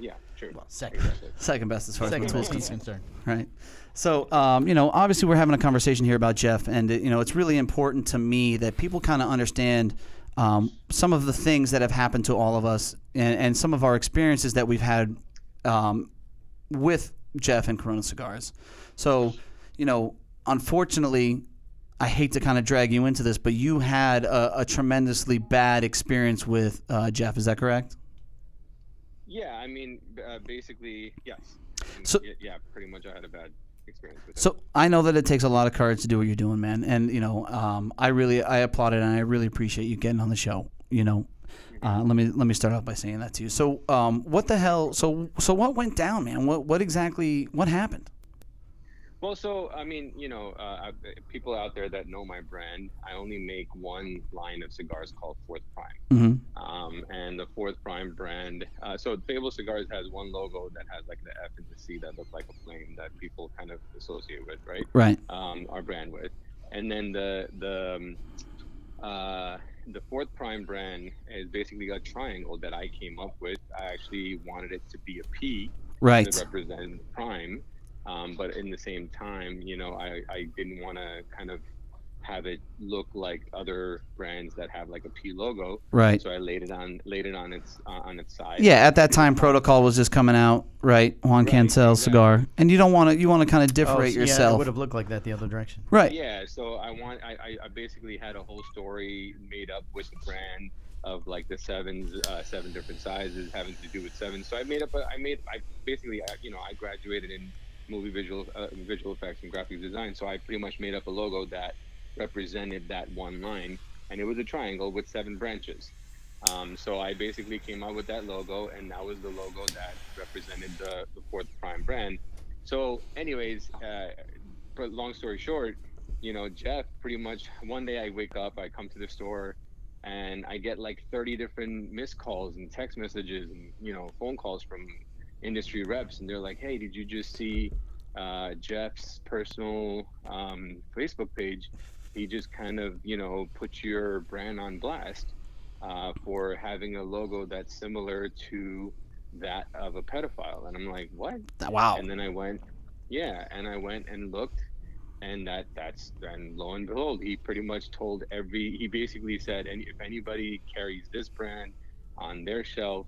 Speaker 3: Yeah, sure.
Speaker 1: Second.
Speaker 3: Exactly.
Speaker 2: second best as far
Speaker 1: Second
Speaker 2: as
Speaker 1: is
Speaker 2: Matul's concerned.
Speaker 1: concerned.
Speaker 2: Right. So, um, you know, obviously we're having a conversation here about Jeff, and uh, you know, it's really important to me that people kind of understand um, some of the things that have happened to all of us, and, and some of our experiences that we've had um, with Jeff and Corona Cigars. So, you know, unfortunately, I hate to kind of drag you into this, but you had a, a tremendously bad experience with uh, Jeff. Is that correct?
Speaker 3: Yeah, I mean, b- uh, basically, yes. And
Speaker 2: So-
Speaker 3: y- yeah, pretty much. I had a bad experience with it.
Speaker 2: So I know that it takes a lot of courage to do what you're doing, man. And you know, um, I really I applaud it, and I really appreciate you getting on the show. You know, uh, let me let me start off by saying that to you. So um, what the hell? So so what went down, man? What what exactly what happened?
Speaker 3: Well, so I mean, you know, uh, I- people out there that know my brand, I only make one line of cigars called Fourth Prime.
Speaker 2: Mm-hmm.
Speaker 3: um, and the fourth prime brand. Uh, so Fable Cigars has one logo that has like the F and the C that look like a flame that people kind of associate with, right?
Speaker 2: Right.
Speaker 3: Um, our brand with, and then the the um, uh, the fourth prime brand is basically a triangle that I came up with. I actually wanted it to be a P
Speaker 2: Right.
Speaker 3: to represent Prime. Um, but in the same time, you know, I, I didn't want to kind of have it look like other brands that have like a P logo.
Speaker 2: Right.
Speaker 3: So I laid it on laid it on its uh, on its side.
Speaker 2: Yeah. At that time, Protocol was just coming out. Right. Juan
Speaker 3: Right,
Speaker 2: Cancel
Speaker 3: exactly.
Speaker 2: cigar, and you don't want to you want to kind of differentiate
Speaker 1: Yeah, it
Speaker 2: yourself.
Speaker 1: would have looked like that the other direction.
Speaker 2: right.
Speaker 3: Yeah. So I want I, I- I basically had a whole story made up with the brand of like the sevens uh, seven different sizes having to do with sevens. So I made up a, I made I basically uh, you know I graduated in movie visual uh, visual effects and graphic design. So I pretty much made up a logo that represented that one line, and it was a triangle with seven branches. Um, so I basically came out with that logo, and that was the logo that represented the, the fourth prime brand. So, anyways, uh, but long story short, you know, Jeff pretty much one day I wake up, I come to the store and I get like 30 different missed calls and text messages and, you know, phone calls from industry reps. And they're like, hey, did you just see uh, Jeff's personal um, Facebook page? He just kind of, you know, put your brand on blast. uh, for having a logo that's similar to that of a pedophile. And I'm like, what?
Speaker 2: Th- Wow.
Speaker 3: And then I went, yeah, and I went and looked, and that that's and lo and behold, he pretty much told every. He basically said, and if anybody carries this brand on their shelf,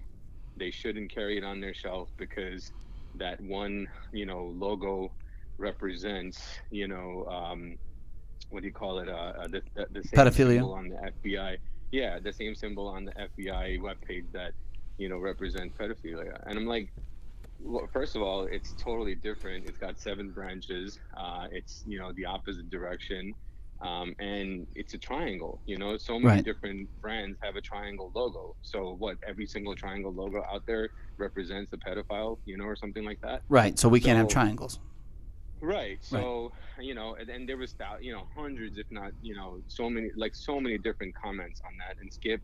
Speaker 3: they shouldn't carry it on their shelf because that one, you know, logo represents, you know, um, what do you call it? Uh, uh, the, the, the same
Speaker 2: Pedophilia.
Speaker 3: symbol on the FBI. Yeah, the same symbol on the FBI webpage that, you know, represent pedophilia. And I'm like, well, first of all, it's totally different. It's got seven branches. Uh, it's you know the opposite direction, um, and it's a triangle. You know, so many
Speaker 2: Right.
Speaker 3: different brands have a triangle logo. So what? Every single triangle logo out there represents a pedophile, you know, or something like that.
Speaker 2: Right. So we can't have
Speaker 3: So-
Speaker 2: triangles.
Speaker 3: Right. So, you know, and, and there was thou- you know hundreds, if not you know, so many like so many different comments on that. And Skip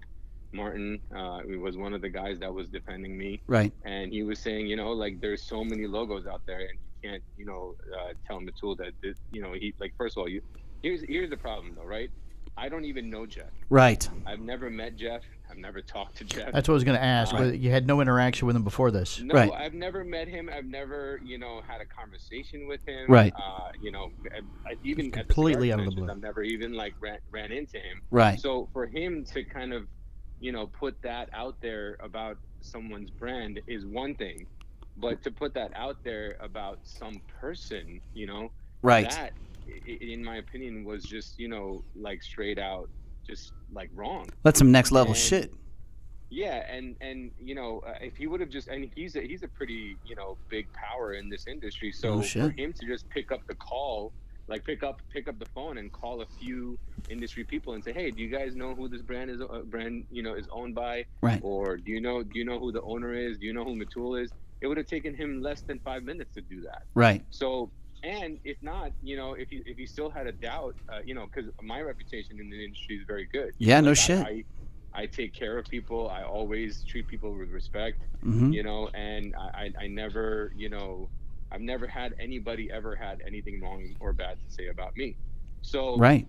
Speaker 3: Martin uh, was one of the guys that was defending me
Speaker 2: Right.
Speaker 3: and he was saying, you know, like there's so many logos out there, and you can't, you know, uh, tell Matul that, this, you know, he like first of all, you here's here's the problem though, right? I don't even know Jeff.
Speaker 2: Right.
Speaker 3: I've never met Jeff. I've never talked to Jeff.
Speaker 1: That's what I was going to ask.
Speaker 3: Right.
Speaker 1: whether You had no interaction with him before this.
Speaker 3: No,
Speaker 2: Right.
Speaker 3: I've never met him. I've never, you know, had a conversation with him.
Speaker 2: Right.
Speaker 3: Uh, you know, I, I, even at the
Speaker 1: Completely
Speaker 3: cigar
Speaker 1: out of the
Speaker 3: conventions,
Speaker 1: blue.
Speaker 3: I've never even like ran, ran into him.
Speaker 2: Right.
Speaker 3: So for him to kind of, you know, put that out there about someone's brand is one thing, but to put that out there about some person, you know,
Speaker 2: Right.
Speaker 3: that i- i- in my opinion was just, you know, like straight out just like wrong.
Speaker 2: That's some next level
Speaker 3: And-
Speaker 2: shit.
Speaker 3: Yeah, and and you know, uh, if he would have just and he's a, he's a pretty, you know, big power in this industry. So
Speaker 2: Oh,
Speaker 3: for
Speaker 2: shit.
Speaker 3: him to just pick up the call, like pick up pick up the phone and call a few industry people and say, "Hey, do you guys know who this brand is uh, brand, you know, is owned by
Speaker 2: Right.
Speaker 3: or do you know do you know who the owner is? Do you know who Matul is?" It would have taken him less than 5 minutes to do that.
Speaker 2: Right.
Speaker 3: So, and if not, you know, if you if you still had a doubt, uh, you know, because my reputation in the industry is very good.
Speaker 2: Yeah. No
Speaker 3: Like, I-
Speaker 2: shit.
Speaker 3: I, I take care of people. I always treat people with respect,
Speaker 2: hmm
Speaker 3: you know, and I, I, I never, you know, I've never had anybody ever had anything wrong or bad to say about me. So
Speaker 2: Right.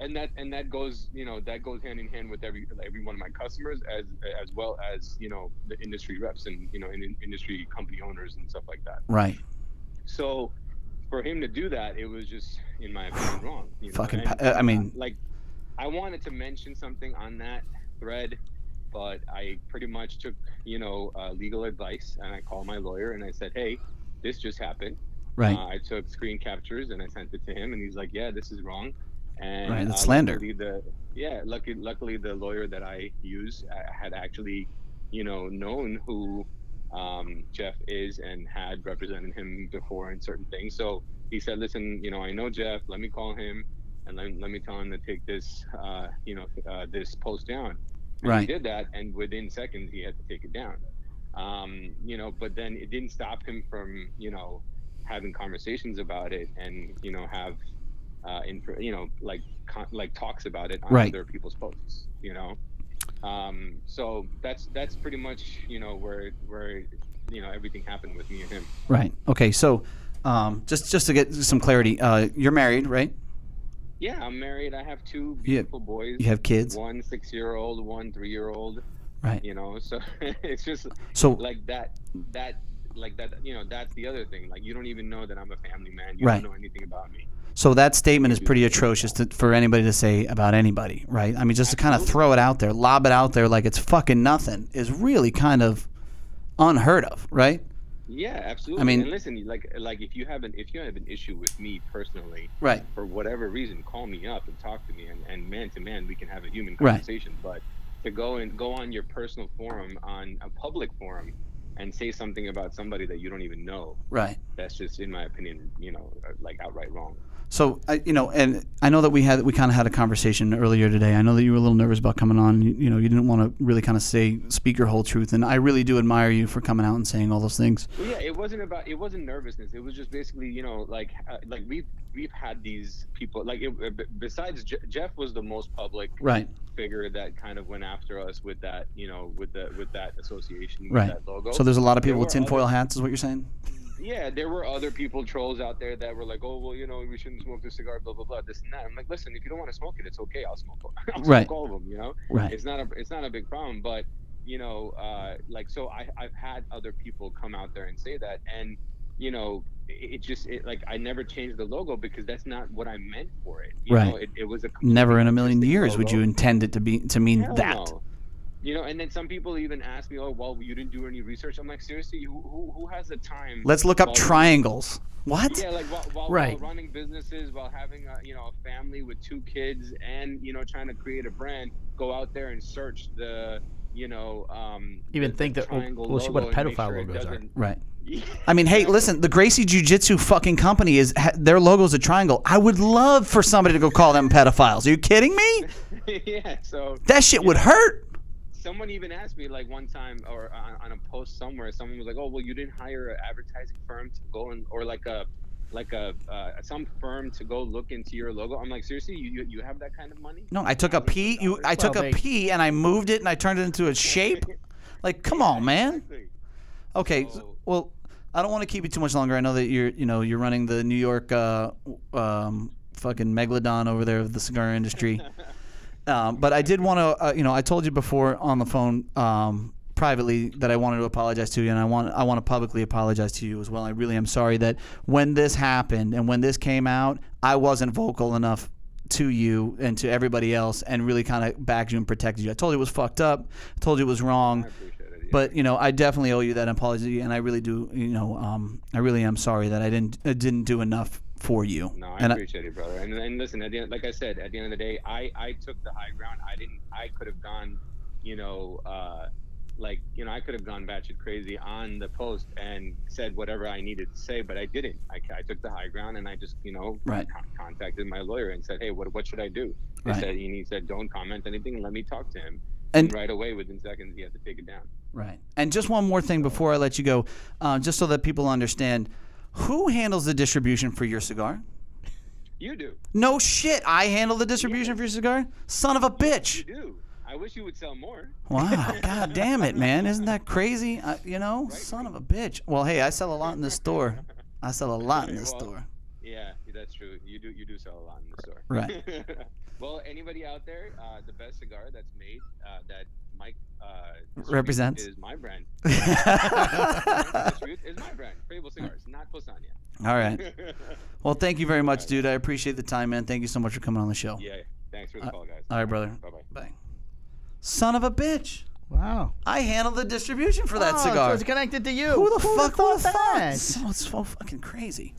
Speaker 3: and that and that goes you know that goes hand in hand with every every one of my customers as as well as you know the industry reps and you know in, in- industry company owners and stuff like that.
Speaker 2: Right.
Speaker 3: So for him to do that, it was just, in my opinion, wrong. you know?
Speaker 2: Fucking.
Speaker 3: And,
Speaker 2: Pa- uh, I mean.
Speaker 3: like, I wanted to mention something on that thread, but I pretty much took, you know, uh, legal advice and I called my lawyer and I said, hey, this just happened.
Speaker 2: Right.
Speaker 3: Uh, I took screen captures and I sent it to him, and he's like, "Yeah, this is wrong." And
Speaker 2: Right, that's
Speaker 3: uh,
Speaker 2: slander.
Speaker 3: Luckily the, yeah, lucky, luckily the lawyer that I use uh, had actually, you know, known who um, Jeff is and had represented him before in certain things. So he said, "Listen, you know, I know Jeff. Let me call him and let, let me tell him to take this, uh, you know, uh, this post down." And
Speaker 2: Right.
Speaker 3: He did that, and within seconds he had to take it down. Um, you know, but then it didn't stop him from, you know, having conversations about it and you know have uh in you know like con- like talks about it on
Speaker 2: Right.
Speaker 3: other people's posts you know um so that's that's pretty much you know where where you know everything happened with me and him
Speaker 2: Right. Okay. So, um, just just to get some clarity, uh, you're married, right?
Speaker 3: yeah i'm married i have two beautiful boys
Speaker 2: You have kids,
Speaker 3: one six year old one three year old
Speaker 2: right?
Speaker 3: you know so it's just
Speaker 2: So,
Speaker 3: like that that like that you know that's the other thing like you don't even know that i'm a family man you
Speaker 2: Right.
Speaker 3: don't know anything about me
Speaker 2: so that statement is pretty atrocious to, for anybody to say about anybody, right? I mean, just to kind of
Speaker 3: Absolutely.
Speaker 2: throw it out there, lob it out there like it's fucking nothing is really kind of unheard of, right?
Speaker 3: Yeah, absolutely.
Speaker 2: mean-
Speaker 3: and listen, like like if you have an if you have an issue with me personally
Speaker 2: Right.
Speaker 3: for whatever reason, call me up and talk to me, and, and man to man, we can have a human
Speaker 2: Right.
Speaker 3: conversation. But to go and go on your personal forum on a public forum and say something about somebody that you don't even know,
Speaker 2: Right.
Speaker 3: that's just in my opinion, you know, uh, like outright wrong.
Speaker 2: So I, you know, and I know that we had we kind of had a conversation earlier today. I know that you were a little nervous about coming on. You, you know, you didn't want to really kind of say speak your whole truth, and I really do admire you for coming out and saying all those things.
Speaker 3: Well, yeah, it wasn't about it wasn't nervousness. It was just basically, you know, like uh, like we've we've had these people like it, uh, b- besides Je- Jeff was the most public
Speaker 2: Right.
Speaker 3: figure that kind of went after us with that, you know, with the with that association, with
Speaker 2: Right.
Speaker 3: that logo.
Speaker 2: So there's a lot of
Speaker 3: There
Speaker 2: people with
Speaker 3: were
Speaker 2: tinfoil
Speaker 3: other-
Speaker 2: hats, is what you're saying?
Speaker 3: yeah, there were other people, trolls out there that were like, oh, well, you know, we shouldn't smoke this cigar, blah, blah, blah, this and that. I'm like, listen, if you don't want to smoke it, it's okay. I'll smoke, I'll
Speaker 2: Right.
Speaker 3: smoke all of them, you know?
Speaker 2: Right.
Speaker 3: It's not a, it's not a big problem, but, you know, uh, like, so I, I've had other people come out there and say that. And, you know, it, it just, it, like, I never changed the logo because that's not what I meant for it. You know,
Speaker 2: Right.
Speaker 3: it, it was a complete
Speaker 2: Never in a million
Speaker 3: artistic
Speaker 2: years would
Speaker 3: logo.
Speaker 2: you intend it to be to mean
Speaker 3: Hell
Speaker 2: that.
Speaker 3: no. You know, and then some people even ask me, "Oh, well, you didn't do any research." I'm like, seriously, who, who, who has the time?
Speaker 2: Let's look up
Speaker 3: while-
Speaker 2: triangles. What?
Speaker 3: Yeah, like while, while,
Speaker 1: Right.
Speaker 3: while running businesses, while having a, you know a family with two kids, and you know trying to create a brand, go out there and search the you know um,
Speaker 1: Even
Speaker 3: the-
Speaker 1: think
Speaker 3: the
Speaker 1: that we'll-
Speaker 3: triangle
Speaker 1: we'll see what
Speaker 3: logo and make
Speaker 1: pedophile
Speaker 3: sure it
Speaker 1: logos are.
Speaker 3: doesn't-
Speaker 2: Right.
Speaker 3: Yeah.
Speaker 2: I mean, hey, listen, the Gracie Jiu Jitsu fucking company is ha- their logo's a triangle. I would love for somebody to go call them pedophiles. Are you kidding me?
Speaker 3: yeah. So
Speaker 2: That shit would hurt.
Speaker 3: someone even asked me like one time or on, on a post somewhere someone was like oh well you didn't hire an advertising firm to go and or like a like a uh, some firm to go look into your logo i'm like seriously you you, you have that kind of money
Speaker 2: No, I took a pea. You, I took
Speaker 1: Well, they-
Speaker 2: a pea and I moved it and I turned it into a shape. Like, come on, man.
Speaker 3: Exactly.
Speaker 2: Okay. s-
Speaker 3: So-
Speaker 2: Well, I don't want to keep you too much longer. I know that you're, you know, you're running the New York, uh, w- um, fucking megalodon over there of the cigar industry. um, but I did want to, uh, you know, I told you before on the phone, um, privately that I wanted to apologize to you, and I want, I want to publicly apologize to you as well. I really am sorry that when this happened and when this came out, I wasn't vocal enough to you and to everybody else and really kind of backed you and protected you. I told you it was fucked up. I told you it was wrong
Speaker 3: i appreciate it yeah.
Speaker 2: but you know, I definitely owe you that apology, and I really do. You know, um, I really am sorry that I didn't I didn't do enough for you.
Speaker 3: no i
Speaker 2: and
Speaker 3: appreciate it brother and, and listen at the end, like i said at the end of the day i i took the high ground i didn't i could have gone you know uh like you know i could have gone batshit crazy on the post and said whatever i needed to say but i didn't i, I took the high ground and i just you know
Speaker 2: Right.
Speaker 3: con- contacted my lawyer and said hey what, what should i do he
Speaker 2: Right.
Speaker 3: said and he said don't comment anything let me talk to him
Speaker 2: And-
Speaker 3: and, right away within seconds he had to take it down
Speaker 2: right. And just one more thing before I let you go, uh, just so that people understand, who handles the distribution for your cigar?
Speaker 3: you do
Speaker 2: No shit, I handle the distribution for your cigar. Son of a
Speaker 3: you
Speaker 2: bitch!
Speaker 3: do i wish you would sell more
Speaker 2: Wow, god damn it, man! Isn't that crazy? Uh, you know, son of a bitch. Well, hey, I sell a lot in this store. I sell a lot in this
Speaker 3: Well,
Speaker 2: store.
Speaker 3: Yeah, that's true. You do you do sell a lot in the store.
Speaker 2: Right.
Speaker 3: well, anybody out there, uh, the best cigar that's made uh, that Mike uh, distributes
Speaker 2: Represents.
Speaker 3: is my brand.
Speaker 2: All
Speaker 3: Distributes is my brand. Fable Cigars, not Posania.
Speaker 2: right. Well, thank you very much, dude. I appreciate the time, man. Thank you so much for coming on the show.
Speaker 3: yeah. Thanks for the call, guys.
Speaker 2: All right, brother.
Speaker 3: Bye bye.
Speaker 2: Bye. Son of a bitch.
Speaker 1: Wow.
Speaker 2: I handled the distribution for that
Speaker 1: Oh, so
Speaker 2: cigar.
Speaker 1: it's connected to you.
Speaker 2: Who the fuck
Speaker 1: thought
Speaker 2: would have thought?
Speaker 1: that?
Speaker 2: So, it's so fucking crazy.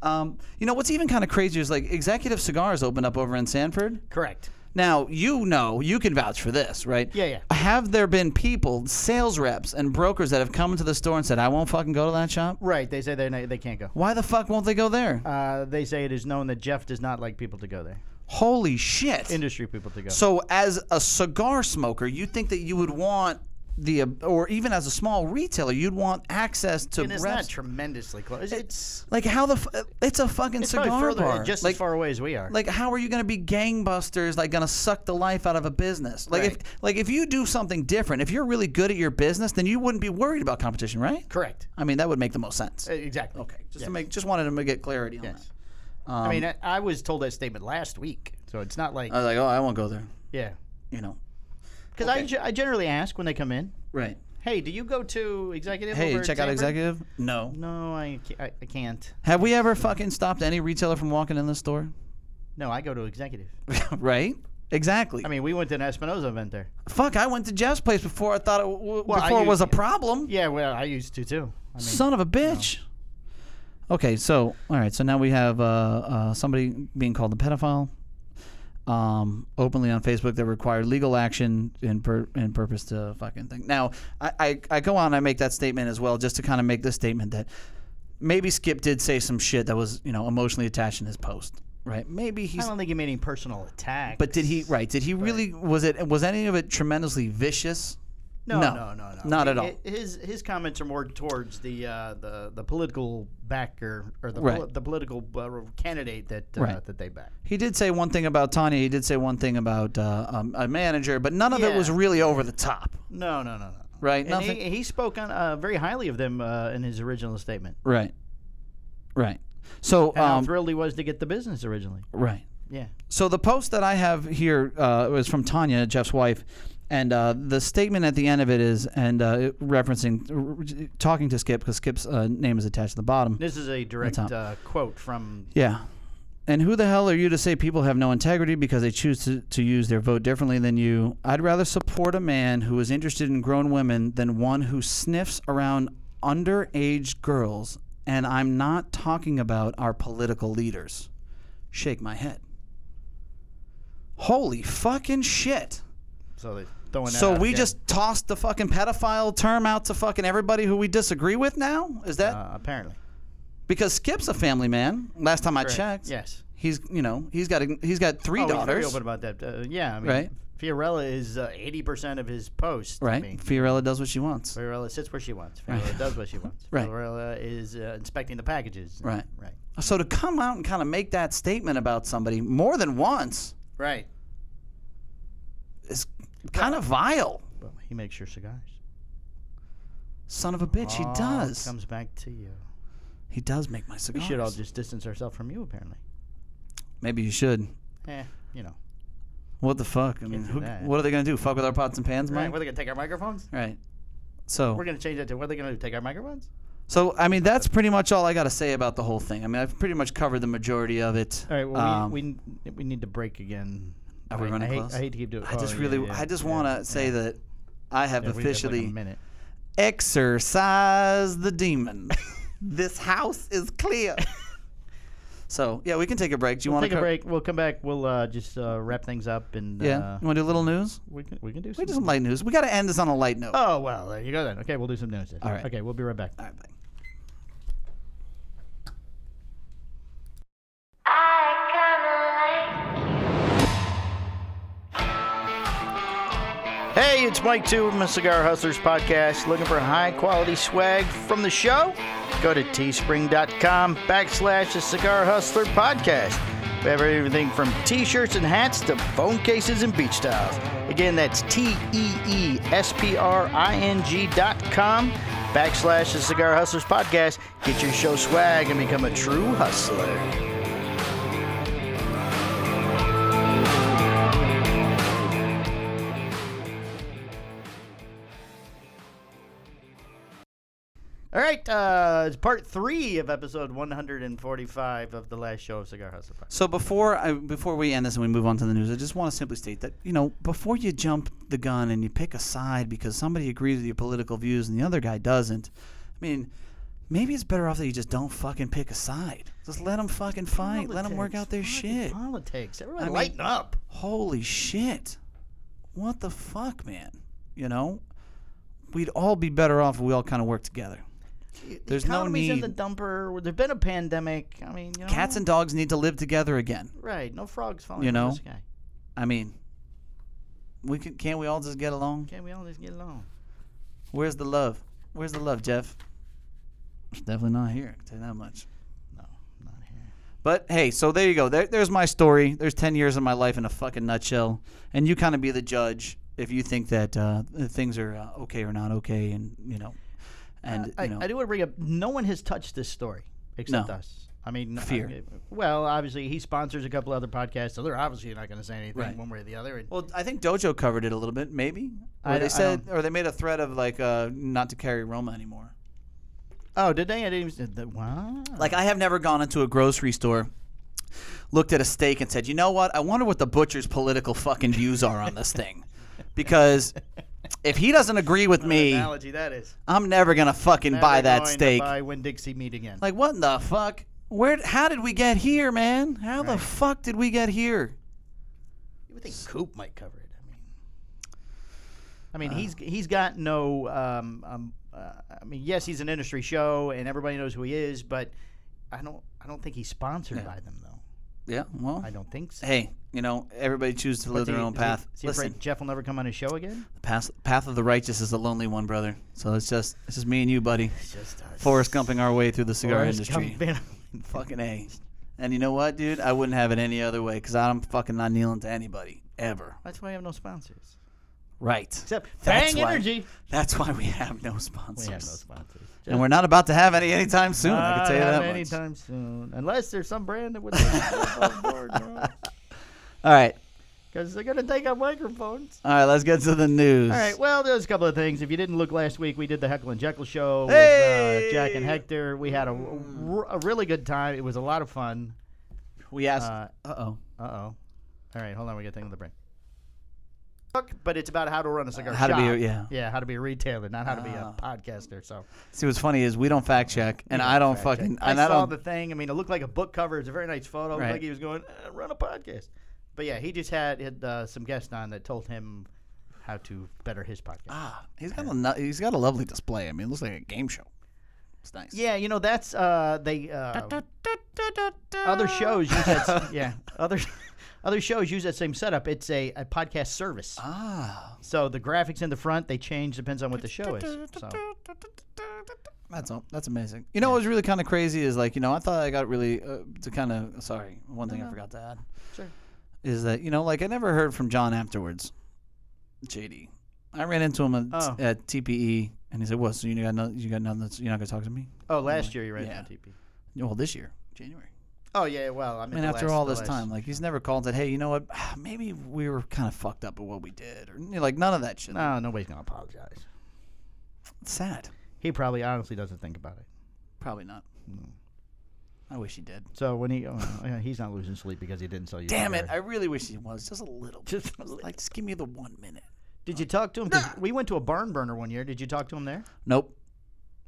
Speaker 2: Um, you know what's even kind of crazy is like Executive Cigars opened up over in Sanford.
Speaker 1: Correct.
Speaker 2: Now you know you can vouch for this, right?
Speaker 1: Yeah, yeah.
Speaker 2: Have there been people, sales reps, and brokers that have come into the store and said, "I won't fucking go to that shop"?
Speaker 1: Right. They say they they can't go.
Speaker 2: Why the fuck won't they go there?
Speaker 1: Uh, they say it is known that Jeff does not like people to go there.
Speaker 2: Holy shit!
Speaker 1: Industry people to go.
Speaker 2: So, as a cigar smoker, you think that you would want the, uh, or even as a small retailer, you'd want access to
Speaker 1: and it's
Speaker 2: reps.
Speaker 1: not tremendously close. It's,
Speaker 2: like how the, f- uh, it's a fucking
Speaker 1: it's probably
Speaker 2: cigar
Speaker 1: further, uh,
Speaker 2: bar.
Speaker 1: just
Speaker 2: like,
Speaker 1: as far away as we are.
Speaker 2: like how are you going to be gangbusters? Like going to suck the life out of a business? Like
Speaker 1: Right.
Speaker 2: if, like if you do something different, if you're really good at your business, then you wouldn't be worried about competition, right?
Speaker 1: Correct.
Speaker 2: I mean, that would make the most sense.
Speaker 1: Uh, Exactly.
Speaker 2: okay, just
Speaker 1: yes.
Speaker 2: to make, just wanted to get clarity on
Speaker 1: Yes.
Speaker 2: that. Um,
Speaker 1: I mean, I, I was told that statement last week, so it's not like
Speaker 2: I was like, oh, I won't go there.
Speaker 1: yeah.
Speaker 2: You know,
Speaker 1: Because I,
Speaker 2: okay.
Speaker 1: ge- I generally ask when they come in,
Speaker 2: right?
Speaker 1: hey, do you go to executive?
Speaker 2: Hey,
Speaker 1: over at
Speaker 2: check out
Speaker 1: Sanford?"
Speaker 2: executive. No,
Speaker 1: No, I, ca- I, I can't.
Speaker 2: Have we ever fucking stopped any retailer from walking in the store?
Speaker 1: No, I go to executive.
Speaker 2: right? Exactly.
Speaker 1: I mean, we went to an Espinosa event there.
Speaker 2: fuck, I went to Jeff's place before I thought it w-
Speaker 1: Well, I
Speaker 2: before it was a
Speaker 1: usually-
Speaker 2: problem.
Speaker 1: Yeah, well, I used to too. I mean,
Speaker 2: Son of a bitch. Okay, so all right, so now we have uh, uh, somebody being called a pedophile. Um, openly on Facebook that required legal action in per, in purpose to fucking thing. Now I, I, I go on and I make that statement as well just to kind of make this statement that maybe Skip did say some shit that was you know emotionally attached in his post, right? Maybe
Speaker 1: I
Speaker 2: he's
Speaker 1: don't think he made any personal attack.
Speaker 2: But did he? Right? Did he really? Was it? Was any of it tremendously vicious?
Speaker 1: no,
Speaker 2: no,
Speaker 1: no, no, no,
Speaker 2: not at all.
Speaker 1: Hi- His his comments are more towards the uh, the the political backer or the
Speaker 2: Right.
Speaker 1: poli- the political uh, candidate that uh,
Speaker 2: Right.
Speaker 1: that they back.
Speaker 2: He did say one thing about Tanya. He did say one thing about uh, um, a manager, but none of it was
Speaker 1: Yeah.
Speaker 2: really over the top.
Speaker 1: No, no, no, no.
Speaker 2: right?
Speaker 1: And
Speaker 2: Nothing.
Speaker 1: he, he spoke on uh, very highly of them uh, in his original statement.
Speaker 2: right. Right. So,
Speaker 1: And how
Speaker 2: um,
Speaker 1: thrilled he was to get the business originally.
Speaker 2: right.
Speaker 1: Yeah.
Speaker 2: So the post that I have here uh, was from Tanya, Jeff's wife, and uh, the statement at the end of it is, and uh, it referencing, talking to Skip because Skip's uh, name is attached to the bottom.
Speaker 1: This is a direct
Speaker 2: That's
Speaker 1: uh, quote from.
Speaker 2: Yeah. And who the hell are you to say people have no integrity because they choose to, to use their vote differently than you? I'd rather support a man who is interested in grown women than one who sniffs around underage girls. And I'm not talking about our political leaders. Shake my head. Holy fucking shit.
Speaker 1: So they throwing that
Speaker 2: So
Speaker 1: out
Speaker 2: we
Speaker 1: again.
Speaker 2: just tossed the fucking pedophile term out to fucking everybody who we disagree with now? Is that
Speaker 1: Uh, apparently.
Speaker 2: because Skip's a family man? Last time I checked.
Speaker 1: Yes.
Speaker 2: He's you know he's got a, he's got three
Speaker 1: Oh, he's very
Speaker 2: daughters,
Speaker 1: open about that. Uh, yeah. I mean,
Speaker 2: Right.
Speaker 1: Fiorella is uh, eighty percent of his posts. I
Speaker 2: right?
Speaker 1: mean,
Speaker 2: Fiorella does what she wants,
Speaker 1: Fiorella sits where she wants. Fiorella does what she wants.
Speaker 2: Right.
Speaker 1: Fiorella is uh, inspecting the packages.
Speaker 2: Right.
Speaker 1: Right.
Speaker 2: so to come out and kind of make that statement about somebody more than once
Speaker 1: Right.
Speaker 2: is kind of vile.
Speaker 1: Well, he makes your cigars.
Speaker 2: Son of a bitch, he
Speaker 1: All
Speaker 2: does.
Speaker 1: Comes back to you.
Speaker 2: He does make my
Speaker 1: We
Speaker 2: cigars.
Speaker 1: should all just distance ourselves from you, apparently.
Speaker 2: Maybe you should.
Speaker 1: Eh, you know.
Speaker 2: What the fuck? I mean,
Speaker 1: do
Speaker 2: who,
Speaker 1: that.
Speaker 2: what are they gonna do? Fuck with our pots and pans,
Speaker 1: Right?
Speaker 2: Mike?
Speaker 1: Were they gonna take our microphones?
Speaker 2: Right. So
Speaker 1: We're gonna change that to what are they gonna do? Take our microphones?
Speaker 2: so I mean that's pretty much all I got to say about the whole thing. I mean I've pretty much covered the majority of it.
Speaker 1: All right. Well,
Speaker 2: Um,
Speaker 1: we, we we need to break again.
Speaker 2: Are we
Speaker 1: I-
Speaker 2: running
Speaker 1: I hate,
Speaker 2: close?
Speaker 1: I hate to keep doing.
Speaker 2: I just
Speaker 1: oh,
Speaker 2: really
Speaker 1: yeah, yeah,
Speaker 2: I just
Speaker 1: yeah,
Speaker 2: want to say
Speaker 1: yeah.
Speaker 2: that I have
Speaker 1: Yeah, we've got, like, a
Speaker 2: officially.
Speaker 1: minute.
Speaker 2: exorcise the demon. this house is clear. so yeah, we can take a break. Do you
Speaker 1: We'll
Speaker 2: want to
Speaker 1: take a break. We'll come back. We'll uh, just uh, wrap things up and
Speaker 2: Yeah,
Speaker 1: uh,
Speaker 2: you want to do a little news?
Speaker 1: we can we can do
Speaker 2: We
Speaker 1: some.
Speaker 2: do some light news. We got to end this on a light note.
Speaker 1: oh well, there you go then. Okay, we'll do some news. Then.
Speaker 2: All right.
Speaker 1: Okay, we'll be right back.
Speaker 2: All right, bye.
Speaker 1: Hey, it's Mike Two from the Cigar Hustlers podcast. Looking for high quality swag from the show? Go to teespring.com backslash the Cigar Hustler podcast. We have everything from t shirts and hats to phone cases and beach towels. Again, that's T E E S P R I N G dot com backslash the Cigar Hustlers podcast. Get your show swag and become a true hustler. All right, uh, it's part three of episode 145 of the last show of Cigar Hustler Podcast.
Speaker 2: So before I, before we end this and we move on to the news, I just want to simply state that you know before you jump the gun and you pick a side because somebody agrees with your political views and the other guy doesn't, I mean, maybe it's better off that you just don't fucking pick a side. Just let them fucking fight. Let 'em let them work
Speaker 1: Politics,
Speaker 2: out their
Speaker 1: fucking
Speaker 2: shit.
Speaker 1: Politics. Everyone
Speaker 2: I mean-
Speaker 1: lighten up.
Speaker 2: holy shit what the fuck man you know we'd all be better off if we all kind of worked together there's no
Speaker 1: Economy's in the
Speaker 2: need-
Speaker 1: dumper. There's been a pandemic. I mean, you know.
Speaker 2: cats and dogs need to live together again
Speaker 1: Right, no frogs falling
Speaker 2: You
Speaker 1: from
Speaker 2: know?
Speaker 1: the sky.
Speaker 2: i mean we can, can't we all just get along
Speaker 1: Can't we all just get along?
Speaker 2: where's the love where's the love jeff it's definitely not here i can tell you that much
Speaker 1: No, not here.
Speaker 2: but hey so there you go there, there's my story there's 10 years of my life in a fucking nutshell and you kind of be the judge if you think that uh, things are uh, okay or not okay and you know and
Speaker 1: Uh, I,
Speaker 2: you know
Speaker 1: I do want to bring up no one has touched this story except
Speaker 2: No.
Speaker 1: us. I mean, I-
Speaker 2: Fear.
Speaker 1: well, obviously, he sponsors a couple other podcasts, so they're obviously not going to say anything
Speaker 2: Right.
Speaker 1: one way or the other. And
Speaker 2: Well, I think Dojo covered it a little bit, maybe. Or
Speaker 1: I- I
Speaker 2: they said, or they made a threat of like uh, not to carry Roma anymore.
Speaker 1: oh, did they? I didn't even. That, wow.
Speaker 2: Like I have never gone into a grocery store, looked at a steak, and said, "You know what? I wonder what the butcher's political fucking views are on this thing," because if he doesn't agree with me,
Speaker 1: analogy that is.
Speaker 2: I'm never gonna fucking buy that steak.
Speaker 1: Buy Win Dixie meat again.
Speaker 2: Like what in the fuck? Where? How did we get here, man? How the
Speaker 1: Right.
Speaker 2: fuck did we get here?
Speaker 1: you would think Coop might cover it. I mean, Uh. I mean he's he's got no. Um, um, uh, I mean, yes, he's an industry show, and everybody knows who he is. But I don't I don't think he's sponsored by them though.
Speaker 2: Yeah. Well,
Speaker 1: I don't think so.
Speaker 2: hey, you know, everybody chooses to live
Speaker 1: What's
Speaker 2: their
Speaker 1: he-
Speaker 2: own
Speaker 1: is he-
Speaker 2: path.
Speaker 1: Is he
Speaker 2: Listen.
Speaker 1: afraid Jeff will never come on his show again?
Speaker 2: Path, path of the righteous is a lonely one, brother. So it's just it's just me and you, buddy.
Speaker 1: It's just us.
Speaker 2: Forrest gumping our way through the cigar
Speaker 1: Forrest
Speaker 2: industry.
Speaker 1: Gump.
Speaker 2: Fucking a. And you know what, dude? I wouldn't have it any other way because I'm fucking not kneeling to anybody ever.
Speaker 1: That's why I have no sponsors.
Speaker 2: Right.
Speaker 1: Except
Speaker 2: That's
Speaker 1: Bang
Speaker 2: why-
Speaker 1: Energy.
Speaker 2: That's why we have no sponsors.
Speaker 1: We have no sponsors.
Speaker 2: And we're not about to have any anytime soon. I can
Speaker 1: Not
Speaker 2: tell you that
Speaker 1: have
Speaker 2: much.
Speaker 1: anytime soon, unless there's some brand that would take us on board,
Speaker 2: All right.
Speaker 1: because they're gonna take our microphones.
Speaker 2: All right. Let's get to the news.
Speaker 1: All right. Well, there's a couple of things. If you didn't look last week, we did the Heckle and Jekyll show with
Speaker 2: Hey! Mm.
Speaker 1: uh, Jack and Hector. We had a, a really good time. It was a lot of fun.
Speaker 2: We asked.
Speaker 1: Uh,
Speaker 2: Uh oh.
Speaker 1: Uh oh. All right, hold on. We got a thing on the brain. Book, But it's about how to run a cigar
Speaker 2: How to
Speaker 1: shop.
Speaker 2: be a- yeah.
Speaker 1: Yeah, how to be a retailer, not how to be a
Speaker 2: Ah.
Speaker 1: podcaster. So
Speaker 2: See, what's funny is we don't fact check, and I don't
Speaker 1: Fact check.
Speaker 2: fucking.
Speaker 1: I
Speaker 2: and I,
Speaker 1: saw
Speaker 2: don't.
Speaker 1: the thing. I mean, it looked like a book cover. It's a very nice photo. It looked
Speaker 2: Right.
Speaker 1: like he was going uh, run a podcast. But yeah, he just had, had uh, some guests on that told him how to better his podcast.
Speaker 2: ah, he's got a nu- he's got a lovely display. I mean, it looks like a game show. It's nice.
Speaker 1: Yeah, you know that's uh they uh, other shows use that. s- yeah, other other shows use that same setup. It's a, a podcast service.
Speaker 2: Ah,
Speaker 1: So the graphics in the front they change depends on what the show is. So
Speaker 2: that's all. That's amazing. You know what was really kind of crazy is like you know I thought I got really uh, to kind of sorry one thing I forgot to add
Speaker 1: sure.
Speaker 2: is that you know like I never heard from John afterwards. JD, I ran into him at,
Speaker 1: Oh.
Speaker 2: at TPE and he said, "What? So you got no, you got nothing? That's, you're not gonna talk to me?"
Speaker 1: Oh, last year you ran
Speaker 2: Yeah.
Speaker 1: into TP.
Speaker 2: Well, this year, January.
Speaker 1: Oh yeah, well I
Speaker 2: I
Speaker 1: mean,
Speaker 2: mean,
Speaker 1: the
Speaker 2: after
Speaker 1: last-
Speaker 2: all
Speaker 1: the
Speaker 2: this
Speaker 1: last-
Speaker 2: time, like he's never called and said, "Hey, you know what? Maybe we were kind of fucked up at what we did," or you know, like none of that shit.
Speaker 1: No, nobody's gonna apologize.
Speaker 2: It's sad.
Speaker 1: He probably honestly doesn't think about it.
Speaker 2: Probably not. I wish Hmm. he did.
Speaker 1: So when he, oh, yeah, he's not losing sleep because he didn't sell you.
Speaker 2: Damn it! I
Speaker 1: cigar.
Speaker 2: really wish he was just a little. Bit. Just like, just give me the one minute.
Speaker 1: Did you talk to him? 'Cause We went to a barn burner one year. Did you talk to him there?
Speaker 2: Nope.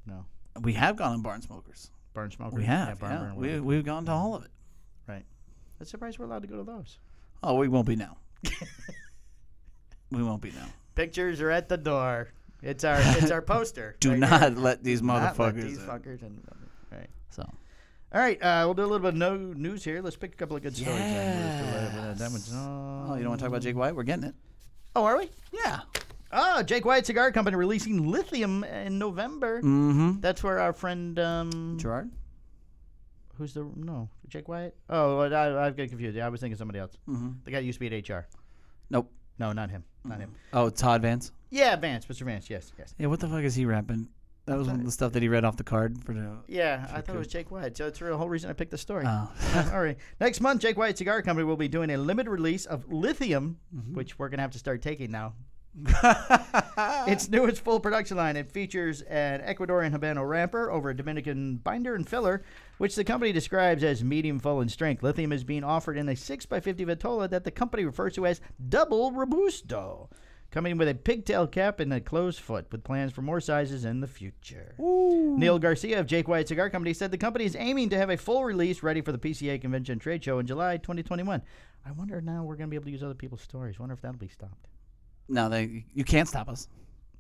Speaker 1: No,
Speaker 2: We have gone on barn smokers.
Speaker 1: barn smoker.
Speaker 2: We have.
Speaker 1: barn
Speaker 2: Yeah,
Speaker 1: burner.
Speaker 2: We, we've gone to all of it.
Speaker 1: Right. I'm surprised we're allowed to go to those.
Speaker 2: Oh, we won't be now. we won't be now.
Speaker 1: Pictures are at the door. It's our it's our poster.
Speaker 2: Do
Speaker 1: right
Speaker 2: not
Speaker 1: here.
Speaker 2: let these
Speaker 1: Not
Speaker 2: motherfuckers.
Speaker 1: let these
Speaker 2: in.
Speaker 1: fuckers in. Right.
Speaker 2: So
Speaker 1: All right, uh, we'll do a little bit of no news here. Let's pick a couple of good stories. then. We'll do, uh, that one's
Speaker 2: Yes.
Speaker 1: on.
Speaker 2: Oh, you don't want to talk about Jake White? We're getting it.
Speaker 1: Oh, are we?
Speaker 2: Yeah.
Speaker 1: Oh, Jake White Cigar Company releasing Lithium in November.
Speaker 2: Mm-hmm.
Speaker 1: That's where our friend um,
Speaker 2: Gerard.
Speaker 1: who's the no Jake White. Oh, I, I, I get confused. Yeah, I was thinking somebody else.
Speaker 2: Mhm.
Speaker 1: The guy that used to be at HR.
Speaker 2: Nope.
Speaker 1: No, not him. Not him.
Speaker 2: Oh, Todd Vance.
Speaker 1: Yeah, Vance, Mr. Vance. Yes, yes.
Speaker 2: Yeah, what the fuck is he rapping? That was one of the stuff that he read off the card for the.
Speaker 1: Yeah, I thought it was Jake White. So it's the whole reason I picked the story.
Speaker 2: Oh.
Speaker 1: All right. Next month, Jake White Cigar Company will be doing a limited release of lithium, which we're going to have to start taking now. Its newest full production line. It features an Ecuadorian Habano wrapper over a Dominican binder and filler, which the company describes as medium full in strength. Lithium is being offered in a 6x50 Vitola that the company refers to as double Robusto, coming with a pigtail cap and a closed foot, with plans for more sizes in the future. Neil Garcia of Jake White Cigar Company said the company is aiming to have a full release ready for the PCA convention trade show in July 2021. I wonder now we're going to be able to use other people's stories. Wonder if that'll be stopped.
Speaker 2: no, they. You can't stop us.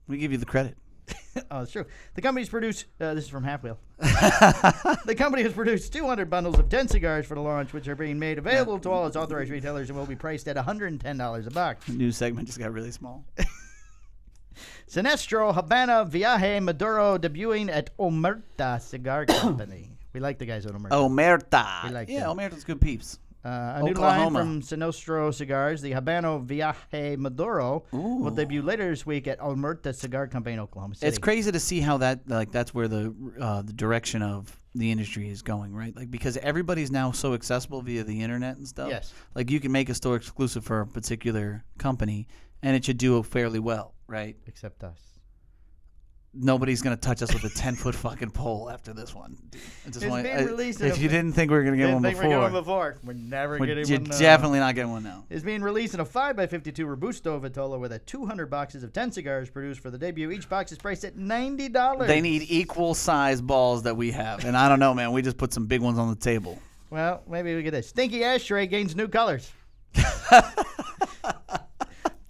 Speaker 2: We give you the credit.
Speaker 1: Oh, it's true. The company's produced. Uh, this is from Half Wheel. the company has produced 200 bundles of 10 cigars for the launch, which are being made available to all its authorized retailers and will be priced at $110 a box.
Speaker 2: The news segment just got really small.
Speaker 1: Sinestro Habana Viaje Maduro debuting at Omerta Cigar Company. we like the guys at Omerta.
Speaker 2: Omerta.
Speaker 1: like
Speaker 2: yeah,
Speaker 1: that.
Speaker 2: Omerta's good peeps.
Speaker 1: Uh, a new line
Speaker 2: Oklahoma.
Speaker 1: from Sinestro Cigars, the Habano Viaje Maduro, will
Speaker 2: Ooh.
Speaker 1: debut later this week at Omerta Cigar Company in Oklahoma City.
Speaker 2: It's crazy to see how that like that's where the uh, the direction of the industry is going, right? Like because everybody's now so accessible via the internet and stuff.
Speaker 1: Yes.
Speaker 2: Like you can make a store exclusive for a particular company, and it should do fairly well, right?
Speaker 1: Except us.
Speaker 2: nobody's gonna touch us with a ten foot fucking pole after this one. dude. I just
Speaker 1: It's
Speaker 2: wanna-
Speaker 1: being
Speaker 2: I-
Speaker 1: released in
Speaker 2: if
Speaker 1: a-
Speaker 2: you didn't think we were gonna get
Speaker 1: Didn't
Speaker 2: one
Speaker 1: think we're
Speaker 2: before,
Speaker 1: going before. We're never
Speaker 2: we're-
Speaker 1: getting
Speaker 2: you're
Speaker 1: one now.
Speaker 2: definitely not getting one now.
Speaker 1: is being released in a 5x52 Robusto Vitola with a 200 boxes of 10 cigars produced for the debut. Each box is priced at $90.
Speaker 2: They need equal size balls that we have, and I don't know, man. We just put some big ones on the table.
Speaker 1: Well, maybe we get this. Stinky Ashtray gains new colors.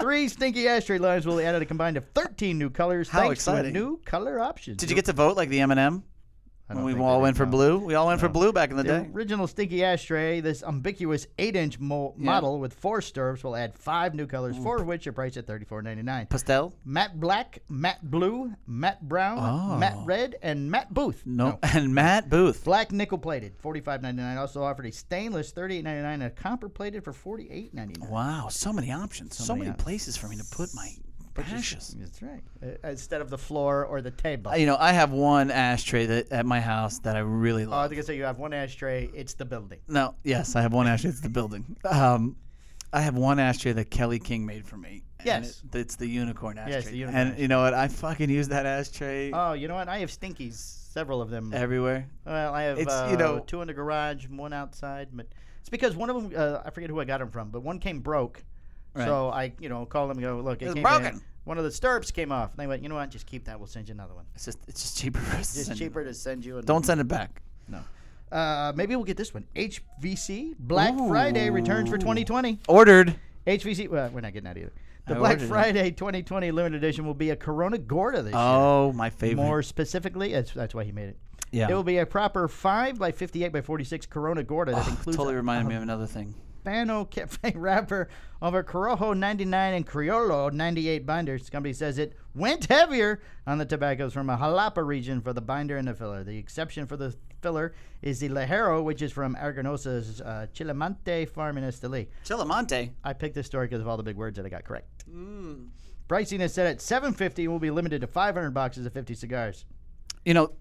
Speaker 1: Three Stinky Ashtray lines will be added a combined of 13 new colors
Speaker 2: How
Speaker 1: thanks to a
Speaker 2: exciting.
Speaker 1: new color option.
Speaker 2: Did you get to vote like the M and M when we all went for blue? We all went for blue back in the
Speaker 1: The
Speaker 2: day.
Speaker 1: original Stinky Ashtray, this ambiguous 8-inch mo- model with four stirrups, will add five new colors, four of which are priced at $34.99.
Speaker 2: Pastel?
Speaker 1: Matt Black, Matt Blue, Matt Brown,
Speaker 2: Oh.
Speaker 1: Matt Red, and Matt Booth.
Speaker 2: No. And Matt Booth.
Speaker 1: Black nickel plated, forty five ninety nine. Also offered a stainless thirty eight ninety nine
Speaker 2: Oh,
Speaker 1: and a copper plated for forty eight ninety nine.
Speaker 2: Wow, so many options, so,
Speaker 1: many
Speaker 2: many
Speaker 1: options.
Speaker 2: places for me to put my
Speaker 1: Put your-
Speaker 2: ashes.
Speaker 1: That's right. Uh, Instead of the floor or the table.
Speaker 2: You know, I have one ashtray that at my house that I really
Speaker 1: oh, I
Speaker 2: love.
Speaker 1: was gonna say you have one ashtray. It's the building.
Speaker 2: No, yes, I have one ashtray. It's the building. Um, I have one ashtray that Kelly King made for me. and
Speaker 1: Yes.
Speaker 2: it- it's the unicorn ashtray.
Speaker 1: Yes, the unicorn
Speaker 2: And
Speaker 1: ashtray.
Speaker 2: you know what? I fucking use that ashtray
Speaker 1: Oh, you know what? I have stinkies. Several of them.
Speaker 2: everywhere.
Speaker 1: Well, I have
Speaker 2: It's,
Speaker 1: uh,
Speaker 2: you know-
Speaker 1: two in the garage, and one outside, but it's because one of them uh, I forget who I got them from, but one came broke,
Speaker 2: Right.
Speaker 1: so I you know called them and go look, it
Speaker 2: It's
Speaker 1: came
Speaker 2: broken."
Speaker 1: One of the stirrups came off, and they went, you know what, just keep that. We'll send you another one.
Speaker 2: It's just it's just cheaper. For us to
Speaker 1: It's
Speaker 2: send it
Speaker 1: cheaper
Speaker 2: back.
Speaker 1: to send you. Another.
Speaker 2: Don't send it back.
Speaker 1: no. Uh, maybe we'll get this one. HVC Black Friday returns for
Speaker 2: Ooh.
Speaker 1: 2020.
Speaker 2: Ordered.
Speaker 1: HVC, well, uh, we're not getting that either. The
Speaker 2: I
Speaker 1: Black
Speaker 2: ordered it.
Speaker 1: Friday 2020 limited edition will be a Corona Gorda this year.
Speaker 2: Oh, my favorite.
Speaker 1: More specifically, that's, that's why he made it.
Speaker 2: yeah.
Speaker 1: It will be a proper 5 by 58 by 46 Corona Gorda that includes
Speaker 2: totally
Speaker 1: a
Speaker 2: reminded me of another thing.
Speaker 1: Hispano Cafe wrapper over Corojo 99 and Criollo 98 binders. Company says it went heavier on the tobaccos from a Jalapa region for the binder and the filler. The exception for the filler is the Lejero, which is from Arganosa's uh, Chilamante farm in Esteli.
Speaker 2: Chilamonte.
Speaker 1: I picked this story because of all the big words that I got correct. Mm. Pricing is set at 750 and will be limited to 500 boxes of 50 cigars.
Speaker 2: You know,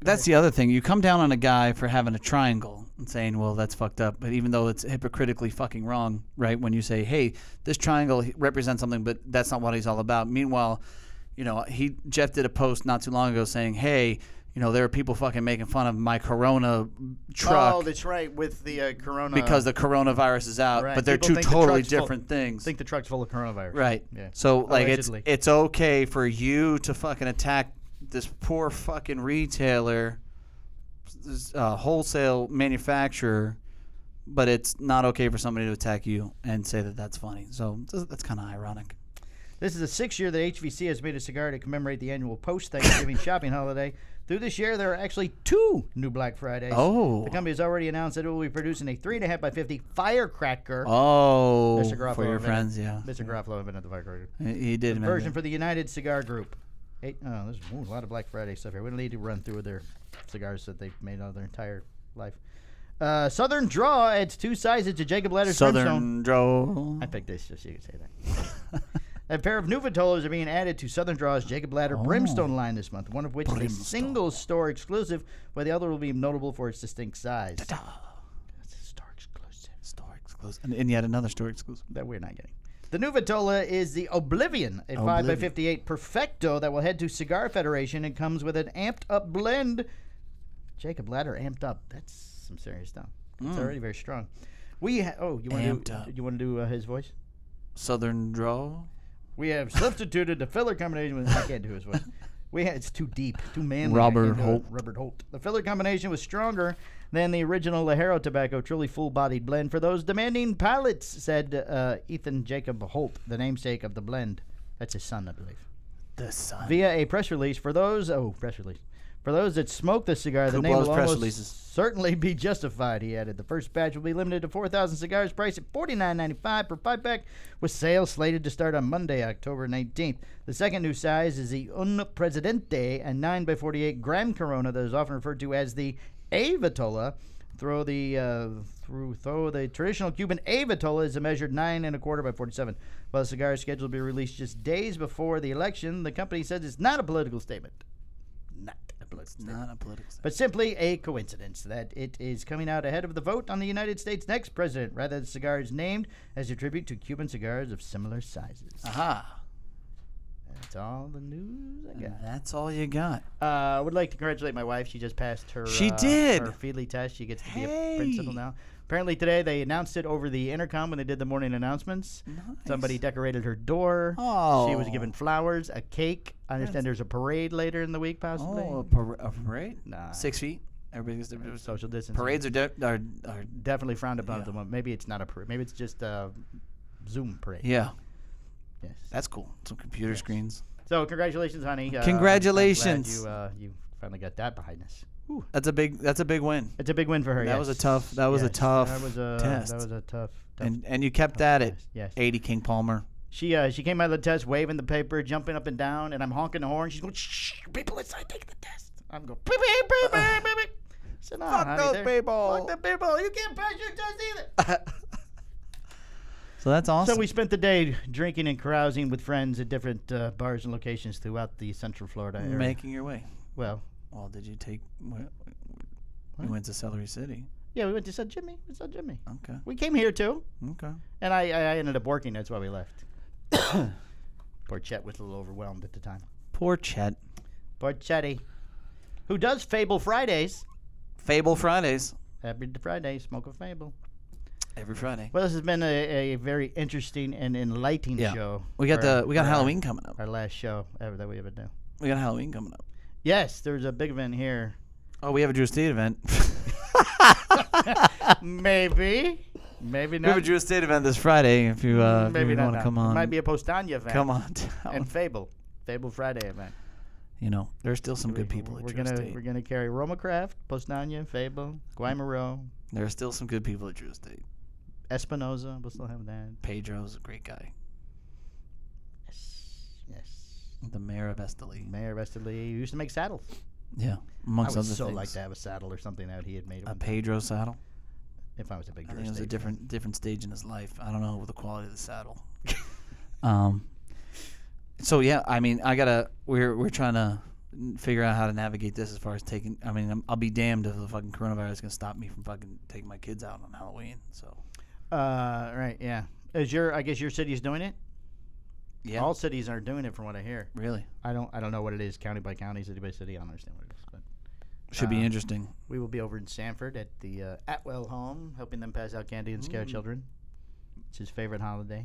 Speaker 2: that's the other thing. You come down on a guy for having a triangle and saying, "Well, that's fucked up," but even though it's hypocritically fucking wrong, right? When you say, "Hey, this triangle h- represents something," but that's not what he's all about. Meanwhile, you know, he Jeff did a post not too long ago saying, "Hey." You know, there are people fucking making fun of my Corona truck
Speaker 1: Oh, that's right, with the uh, Corona.
Speaker 2: because the coronavirus is out,
Speaker 1: Right.
Speaker 2: but they're
Speaker 1: People
Speaker 2: two
Speaker 1: think the
Speaker 2: totally
Speaker 1: truck's full-
Speaker 2: different things.
Speaker 1: think the truck's full of coronavirus.
Speaker 2: Right.
Speaker 1: Yeah.
Speaker 2: So like
Speaker 1: Allegedly.
Speaker 2: it's it's okay for you to fucking attack this poor fucking retailer, this uh, wholesale manufacturer, but it's not okay for somebody to attack you and say that that's funny. So th- that's kind of ironic.
Speaker 1: This is the sixth year that HVC has made a cigar to commemorate the annual post Thanksgiving shopping holiday. Through this year, there are actually two new Black Fridays.
Speaker 2: Oh.
Speaker 1: The company has already announced that it will be producing a 3.5 by 50 firecracker.
Speaker 2: Oh,
Speaker 1: Mr. Garofalo
Speaker 2: for your
Speaker 1: invented-
Speaker 2: friends, yeah.
Speaker 1: Mr. Garofalo invented the firecracker.
Speaker 2: He- He did invent
Speaker 1: Version
Speaker 2: it.
Speaker 1: for the United Cigar Group. Eight, oh, there's ooh, a lot of Black Friday stuff here. We don't need to run through their cigars that they've made all their entire life. Uh, Southern Draw adds two sizes to Jacob Ladder's Brimstone.
Speaker 2: Southern Draw.
Speaker 1: I picked this just so you can say that. A pair of new Vitolas are being added to Southern Draw's Jacob Ladder Brimstone line this month, one of which is a
Speaker 2: Oh. Brimstone.
Speaker 1: single store exclusive, while the other will be notable for its distinct size. That's a store exclusive
Speaker 2: Store exclusive, and, and yet another store exclusive.
Speaker 1: that we're not getting. The new Vitola is the Oblivion, a 5x58 Perfecto that will head to Cigar Federation and comes with an amped up blend. Jacob Ladder amped up. That's some serious stuff. It's already very strong. We ha- oh, you want
Speaker 2: Mm. Amped
Speaker 1: to do,
Speaker 2: up.
Speaker 1: you want to do uh, his voice?
Speaker 2: Southern Draw.
Speaker 1: We have substituted the filler combination with I can't do his voice. We had, it's too deep, too manly. I
Speaker 2: Robert
Speaker 1: can't do it.
Speaker 2: Holt.
Speaker 1: Robert Holt. The filler combination was stronger than the original Lajero tobacco, truly full-bodied blend for those demanding palates," said uh, Ethan Jacob Holt, the namesake of the blend. That's his son, I believe.
Speaker 2: The Sun.
Speaker 1: Via a press release for those oh press release for those that smoke this cigar, the
Speaker 2: Who
Speaker 1: name
Speaker 2: blows
Speaker 1: will
Speaker 2: press
Speaker 1: almost
Speaker 2: releases?
Speaker 1: certainly be justified. He added, the first batch will be limited to 4,000 cigars, priced at $49.95 per pipe pack, with sales slated to start on Monday, October 19th. The second new size is the Un Presidente, a 9x48 gram Corona that is often referred to as the Avitola. Throw the uh, through throw the traditional Cuban Avitola is a measured nine and a quarter by forty seven. While the cigar is scheduled to be released just days before the election, the company says it's not a political statement. Not a political statement
Speaker 2: Not a political.
Speaker 1: but simply a coincidence that it is coming out ahead of the vote on the United States' next president. Rather, the cigar is named as a tribute to Cuban cigars of similar sizes.
Speaker 2: Aha.
Speaker 1: That's all the news I got.
Speaker 2: That's all you got.
Speaker 1: Uh, I would like to congratulate my wife. She just passed her
Speaker 2: She
Speaker 1: uh,
Speaker 2: did.
Speaker 1: her Feedly test. She gets to be a
Speaker 2: Hey.
Speaker 1: principal now. Apparently today they announced it over the intercom when they did the morning announcements. Somebody decorated her door. She was
Speaker 2: Oh.
Speaker 1: given flowers, a cake. I understand there's a parade later in the week possibly.
Speaker 2: Oh, a, par- a parade?
Speaker 1: Nah.
Speaker 2: Six feet? Everybody's different.
Speaker 1: Social distancing.
Speaker 2: Parades are, de- are, are
Speaker 1: definitely frowned upon
Speaker 2: Yeah.
Speaker 1: at the moment. Maybe it's not a parade. Maybe it's just a Zoom parade.
Speaker 2: yeah.
Speaker 1: Yes.
Speaker 2: That's cool. Some computer screens.
Speaker 1: So congratulations, honey. Uh, I'm- I'm glad
Speaker 2: Congratulations.
Speaker 1: you uh, you finally got that behind us.
Speaker 2: That's a big. That's a big win.
Speaker 1: It's a big win for her.
Speaker 2: That
Speaker 1: yes.
Speaker 2: was a tough- that was a
Speaker 1: Yes,
Speaker 2: tough
Speaker 1: That was a
Speaker 2: test.
Speaker 1: That was a tough. tough
Speaker 2: And and you kept at it.
Speaker 1: test. Yes.
Speaker 2: 80 King Palmer.
Speaker 1: She uh, she came out of the test waving the paper, jumping up and down, and I'm honking the horn. She's going, shh, shh, people inside taking the test. I'm going, beep, beep, beep, beep, beep, beep. I said, "Nah,
Speaker 2: Fuck
Speaker 1: honey,
Speaker 2: those
Speaker 1: they're-
Speaker 2: people."
Speaker 1: Fuck the people. You can't pass your test either.
Speaker 2: So that's awesome.
Speaker 1: So we spent the day drinking and carousing with friends at different uh, bars and locations throughout the Central Florida area.
Speaker 2: making your way.
Speaker 1: well,
Speaker 2: Well, did you take? wh-
Speaker 1: What?
Speaker 2: You went to Celery City.
Speaker 1: yeah, we went to San Jimmy. We saw Jimmy.
Speaker 2: Okay.
Speaker 1: We came here too,
Speaker 2: Okay.
Speaker 1: and I, I I ended up working. That's why we left. Poor Chet was a little overwhelmed at the time.
Speaker 2: Poor Chet.
Speaker 1: Poor Chetty, who does Fable Fridays.
Speaker 2: Fable Fridays
Speaker 1: Happy Friday, smoke a fable.
Speaker 2: every Friday.
Speaker 1: Well, this has been a, a very interesting and enlightening
Speaker 2: Yeah.
Speaker 1: show.
Speaker 2: We got
Speaker 1: for-
Speaker 2: the we got
Speaker 1: for our-
Speaker 2: Halloween coming up.
Speaker 1: Our last show ever that we ever do.
Speaker 2: We got Halloween coming up.
Speaker 1: Yes, there's a big event here.
Speaker 2: Oh, we have a Drew State event.
Speaker 1: Maybe, maybe
Speaker 2: we have
Speaker 1: not.
Speaker 2: a Drew State event this Friday. If you uh,
Speaker 1: maybe not.
Speaker 2: want to
Speaker 1: now.
Speaker 2: come on,
Speaker 1: Might be a Postanya event.
Speaker 2: come on. down.
Speaker 1: And Fable, Fable Friday event.
Speaker 2: you know, there's still some good
Speaker 1: We-
Speaker 2: people at
Speaker 1: We're
Speaker 2: Drew
Speaker 1: gonna
Speaker 2: State.
Speaker 1: we're gonna carry Romacraft, Postanya, Fable, Guaymaro,
Speaker 2: There are still some good people at Drew State.
Speaker 1: Espinoza. We'll still have that.
Speaker 2: Pedro's a great guy.
Speaker 1: Yes, yes.
Speaker 2: The mayor of Esteli.
Speaker 1: Mayor Westerly used to make saddles.
Speaker 2: Yeah,
Speaker 1: I
Speaker 2: amongst
Speaker 1: would
Speaker 2: other
Speaker 1: so
Speaker 2: things.
Speaker 1: like to have a saddle or something that he had made.
Speaker 2: A
Speaker 1: one-
Speaker 2: Pedro saddle.
Speaker 1: if I was a big
Speaker 2: I
Speaker 1: Drew
Speaker 2: think it was a
Speaker 1: State
Speaker 2: different different stage in his life. I don't know the quality of the saddle. um, so yeah, I mean, I gotta. We're we're trying to n- figure out how to navigate this as far as taking. I mean, I'm, I'll be damned if the fucking coronavirus is gonna stop me from fucking taking my kids out on Halloween. So
Speaker 1: Uh, right, yeah. Is your I guess your city's doing it?
Speaker 2: yeah,
Speaker 1: All cities are doing it from what I hear.
Speaker 2: really
Speaker 1: I don't I don't know what it is, county by county, city by city. I don't understand what it is. But
Speaker 2: should be
Speaker 1: Uh,
Speaker 2: interesting.
Speaker 1: we will be over in Sanford at the uh, Atwell home, helping them pass out candy and scare
Speaker 2: Mm.
Speaker 1: children. It's his favorite holiday.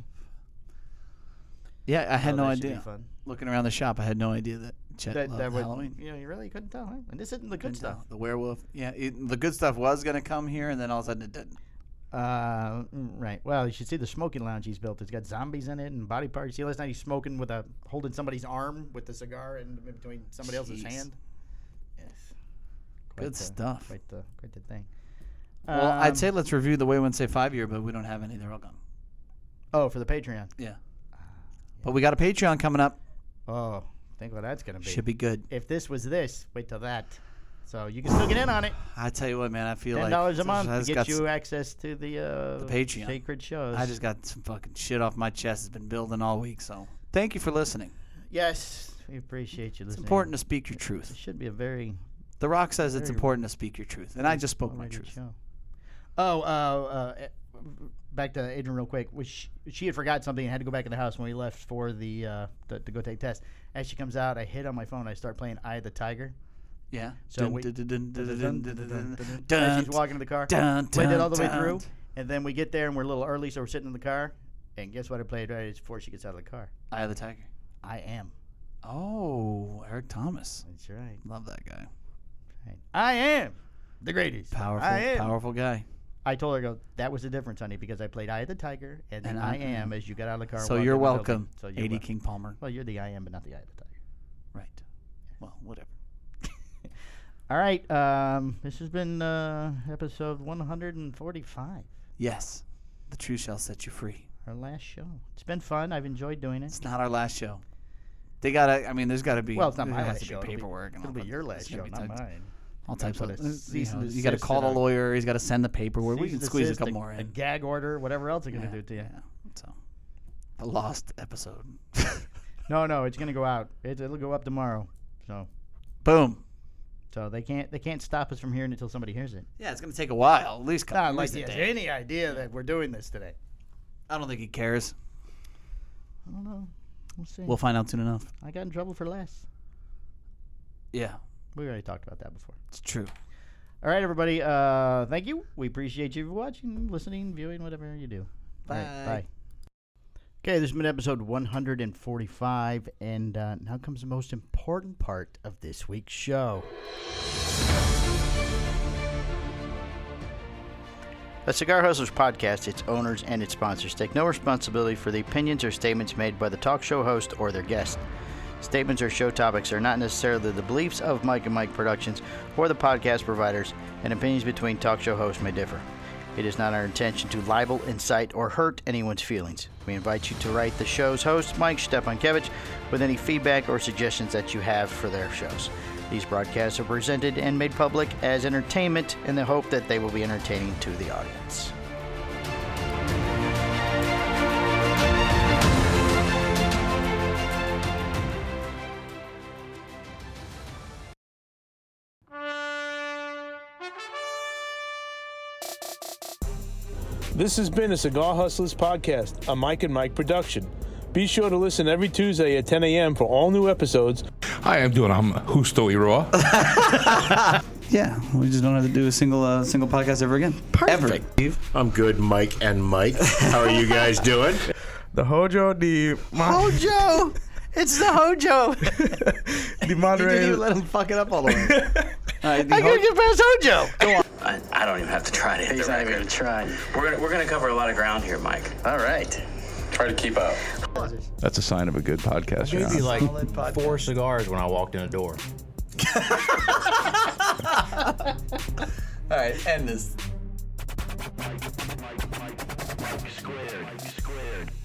Speaker 2: Yeah, I had
Speaker 1: So
Speaker 2: no
Speaker 1: oh, that should be
Speaker 2: idea.
Speaker 1: Fun.
Speaker 2: Looking around the shop, I had no idea that Chet
Speaker 1: That,
Speaker 2: loved
Speaker 1: that would,
Speaker 2: Halloween.
Speaker 1: You know, you really couldn't tell, huh? And this isn't the good
Speaker 2: Couldn't tell.
Speaker 1: stuff.
Speaker 2: The werewolf. Yeah, it, the good stuff was gonna come here, and then all of a sudden it didn't.
Speaker 1: Uh, mm, right. Well, you should see the smoking lounge he's built. It's got zombies in it and body parts. See, last night he's smoking with a holding somebody's arm with the cigar in between somebody else's
Speaker 2: Jeez.
Speaker 1: hand. Yes. Quite
Speaker 2: Good
Speaker 1: the-
Speaker 2: stuff.
Speaker 1: Quite the quite the thing.
Speaker 2: Well,
Speaker 1: Um,
Speaker 2: I'd say let's review the Way One Say Five year, but we don't have any. They're all gone.
Speaker 1: Oh, for the Patreon.
Speaker 2: But we got a Patreon coming up.
Speaker 1: Oh, think what that's gonna be.
Speaker 2: Should be good.
Speaker 1: If this was this, wait till that. So you can still get in on it.
Speaker 2: I tell you what, man, I feel
Speaker 1: Ten
Speaker 2: like
Speaker 1: dollars a
Speaker 2: I
Speaker 1: month
Speaker 2: just
Speaker 1: to
Speaker 2: got
Speaker 1: get you access to the uh,
Speaker 2: the Patreon.
Speaker 1: sacred shows.
Speaker 2: I just got some fucking shit off my chest. It's been building all week, so thank you for listening.
Speaker 1: yes, we appreciate you
Speaker 2: It's
Speaker 1: listening.
Speaker 2: important to speak your
Speaker 1: It
Speaker 2: truth.
Speaker 1: should be a very
Speaker 2: The Rock says it's
Speaker 1: Very
Speaker 2: important to speak your truth, and I just spoke my
Speaker 1: Alright, good
Speaker 2: truth.
Speaker 1: show. Oh, uh, uh, eh, back to Adrian real quick. Was she, she had forgot something and had to go back in the house when we left for the uh, to, to go take tests. As she comes out, I hit on my phone. I start playing "Eye of the Tiger."
Speaker 2: Yeah.
Speaker 1: So
Speaker 2: Dun,
Speaker 1: we-
Speaker 2: dun, dun, dun, dun, dun, dun, dun,
Speaker 1: As
Speaker 2: dun,
Speaker 1: she's walking to the car,
Speaker 2: dun,
Speaker 1: played it all the way
Speaker 2: dun,
Speaker 1: through,
Speaker 2: dun.
Speaker 1: and then we get there and we're a little early, so we're sitting in the car. And guess what? I played right before she gets out of the car.
Speaker 2: Eye of the Tiger.
Speaker 1: I am.
Speaker 2: Oh, Eric Thomas.
Speaker 1: That's right.
Speaker 2: Love that guy.
Speaker 1: right. I am the greatest.
Speaker 2: Powerful,
Speaker 1: I am.
Speaker 2: powerful guy.
Speaker 1: I told her, I go, that was the difference, honey, because I played Eye of the Tiger and, then
Speaker 2: And
Speaker 1: I,
Speaker 2: I
Speaker 1: am as you got out of the car. and
Speaker 2: So
Speaker 1: walked
Speaker 2: you're
Speaker 1: in the building.
Speaker 2: welcome,
Speaker 1: So you're
Speaker 2: AD
Speaker 1: wel-
Speaker 2: King Palmer.
Speaker 1: Well, you're the I am, but not the I of the tiger.
Speaker 2: Right. Well, whatever.
Speaker 1: All right. Um, this has been uh, episode 145,
Speaker 2: Yes, the truth shall set you free.
Speaker 1: our last show. It's been fun. I've enjoyed doing it.
Speaker 2: It's not our last show. They gotta. I mean, there's gotta be.
Speaker 1: Well, it's not
Speaker 2: there
Speaker 1: my
Speaker 2: has
Speaker 1: last
Speaker 2: to
Speaker 1: show.
Speaker 2: be
Speaker 1: It'll be-
Speaker 2: paperwork. and
Speaker 1: It'll
Speaker 2: all
Speaker 1: be
Speaker 2: that.
Speaker 1: your last
Speaker 2: There's
Speaker 1: show,
Speaker 2: gonna be
Speaker 1: not
Speaker 2: tons-
Speaker 1: mine.
Speaker 2: All types
Speaker 1: put
Speaker 2: of.
Speaker 1: a
Speaker 2: You,
Speaker 1: cease
Speaker 2: know,
Speaker 1: and
Speaker 2: you gotta
Speaker 1: desist
Speaker 2: call
Speaker 1: and
Speaker 2: the
Speaker 1: a-
Speaker 2: lawyer. He's gotta send the paperwork. We
Speaker 1: Cease
Speaker 2: can
Speaker 1: and
Speaker 2: squeeze a
Speaker 1: desist,
Speaker 2: couple more
Speaker 1: A
Speaker 2: in.
Speaker 1: gag order, whatever else they're going to
Speaker 2: Yeah,
Speaker 1: do to you.
Speaker 2: yeah, So, the lost episode.
Speaker 1: No, no, it's going to go out. It, it'll go up tomorrow. So,
Speaker 2: Boom.
Speaker 1: so they can't they can't stop us from hearing it until somebody hears it.
Speaker 2: Yeah, it's gonna take a while. At least.
Speaker 1: Not
Speaker 2: Couple,
Speaker 1: unless
Speaker 2: at
Speaker 1: he
Speaker 2: least a
Speaker 1: has
Speaker 2: day.
Speaker 1: any idea that we're doing this today.
Speaker 2: I don't think he cares.
Speaker 1: I don't know. We'll see.
Speaker 2: We'll find out soon enough.
Speaker 1: I got in trouble for less.
Speaker 2: Yeah,
Speaker 1: We already talked about that before.
Speaker 2: it's true.
Speaker 1: All right, everybody. Uh, thank you. We appreciate you watching, listening, viewing, whatever you do. All right,
Speaker 2: Bye.
Speaker 1: bye. Okay, this has been episode 145, and uh, now comes the most important part of this week's show. The Cigar Hustlers podcast, its owners, and its sponsors take no responsibility for the opinions or statements made by the talk show host or their guest. Statements or show topics are not necessarily the beliefs of Mike and Mike Productions or the podcast providers, and opinions between talk show hosts may differ. It is not our intention to libel, incite, or hurt anyone's feelings. We invite you to write the show's host, Mike Stepankevich, with any feedback or suggestions that you have for their shows. These broadcasts are presented and made public as entertainment in the hope that they will be entertaining to the audience.
Speaker 4: This has been a Cigar Hustlers podcast, a Mike and Mike production. Be sure to listen every Tuesday at 10 a.m. for all new episodes.
Speaker 5: Hi, I'm doing. I'm Husto Iroa.
Speaker 2: Yeah, we just don't have to do a single uh, single podcast ever again. Perfect. Ever.
Speaker 6: I'm good, Mike and Mike. How are you guys doing?
Speaker 7: The Hojo, the ma-
Speaker 2: Hojo, it's the Hojo.
Speaker 7: the
Speaker 2: you didn't even
Speaker 7: moderator.
Speaker 2: let him fuck it up all the way. all right, the
Speaker 1: I
Speaker 2: Ho-
Speaker 1: gotta get past Hojo.
Speaker 8: I, I don't even have to try to hit
Speaker 9: He's
Speaker 8: the
Speaker 9: not going to
Speaker 8: record.
Speaker 9: try.
Speaker 8: We're gonna we're gonna cover a lot of ground here, Mike.
Speaker 9: All right.
Speaker 8: Try to keep up.
Speaker 10: That's a sign of a good podcast. you're
Speaker 6: Maybe
Speaker 2: Uh,
Speaker 10: on.
Speaker 6: like four cigars when I walked in the door.
Speaker 2: all right, end this.
Speaker 1: Mike squared. Mike squared.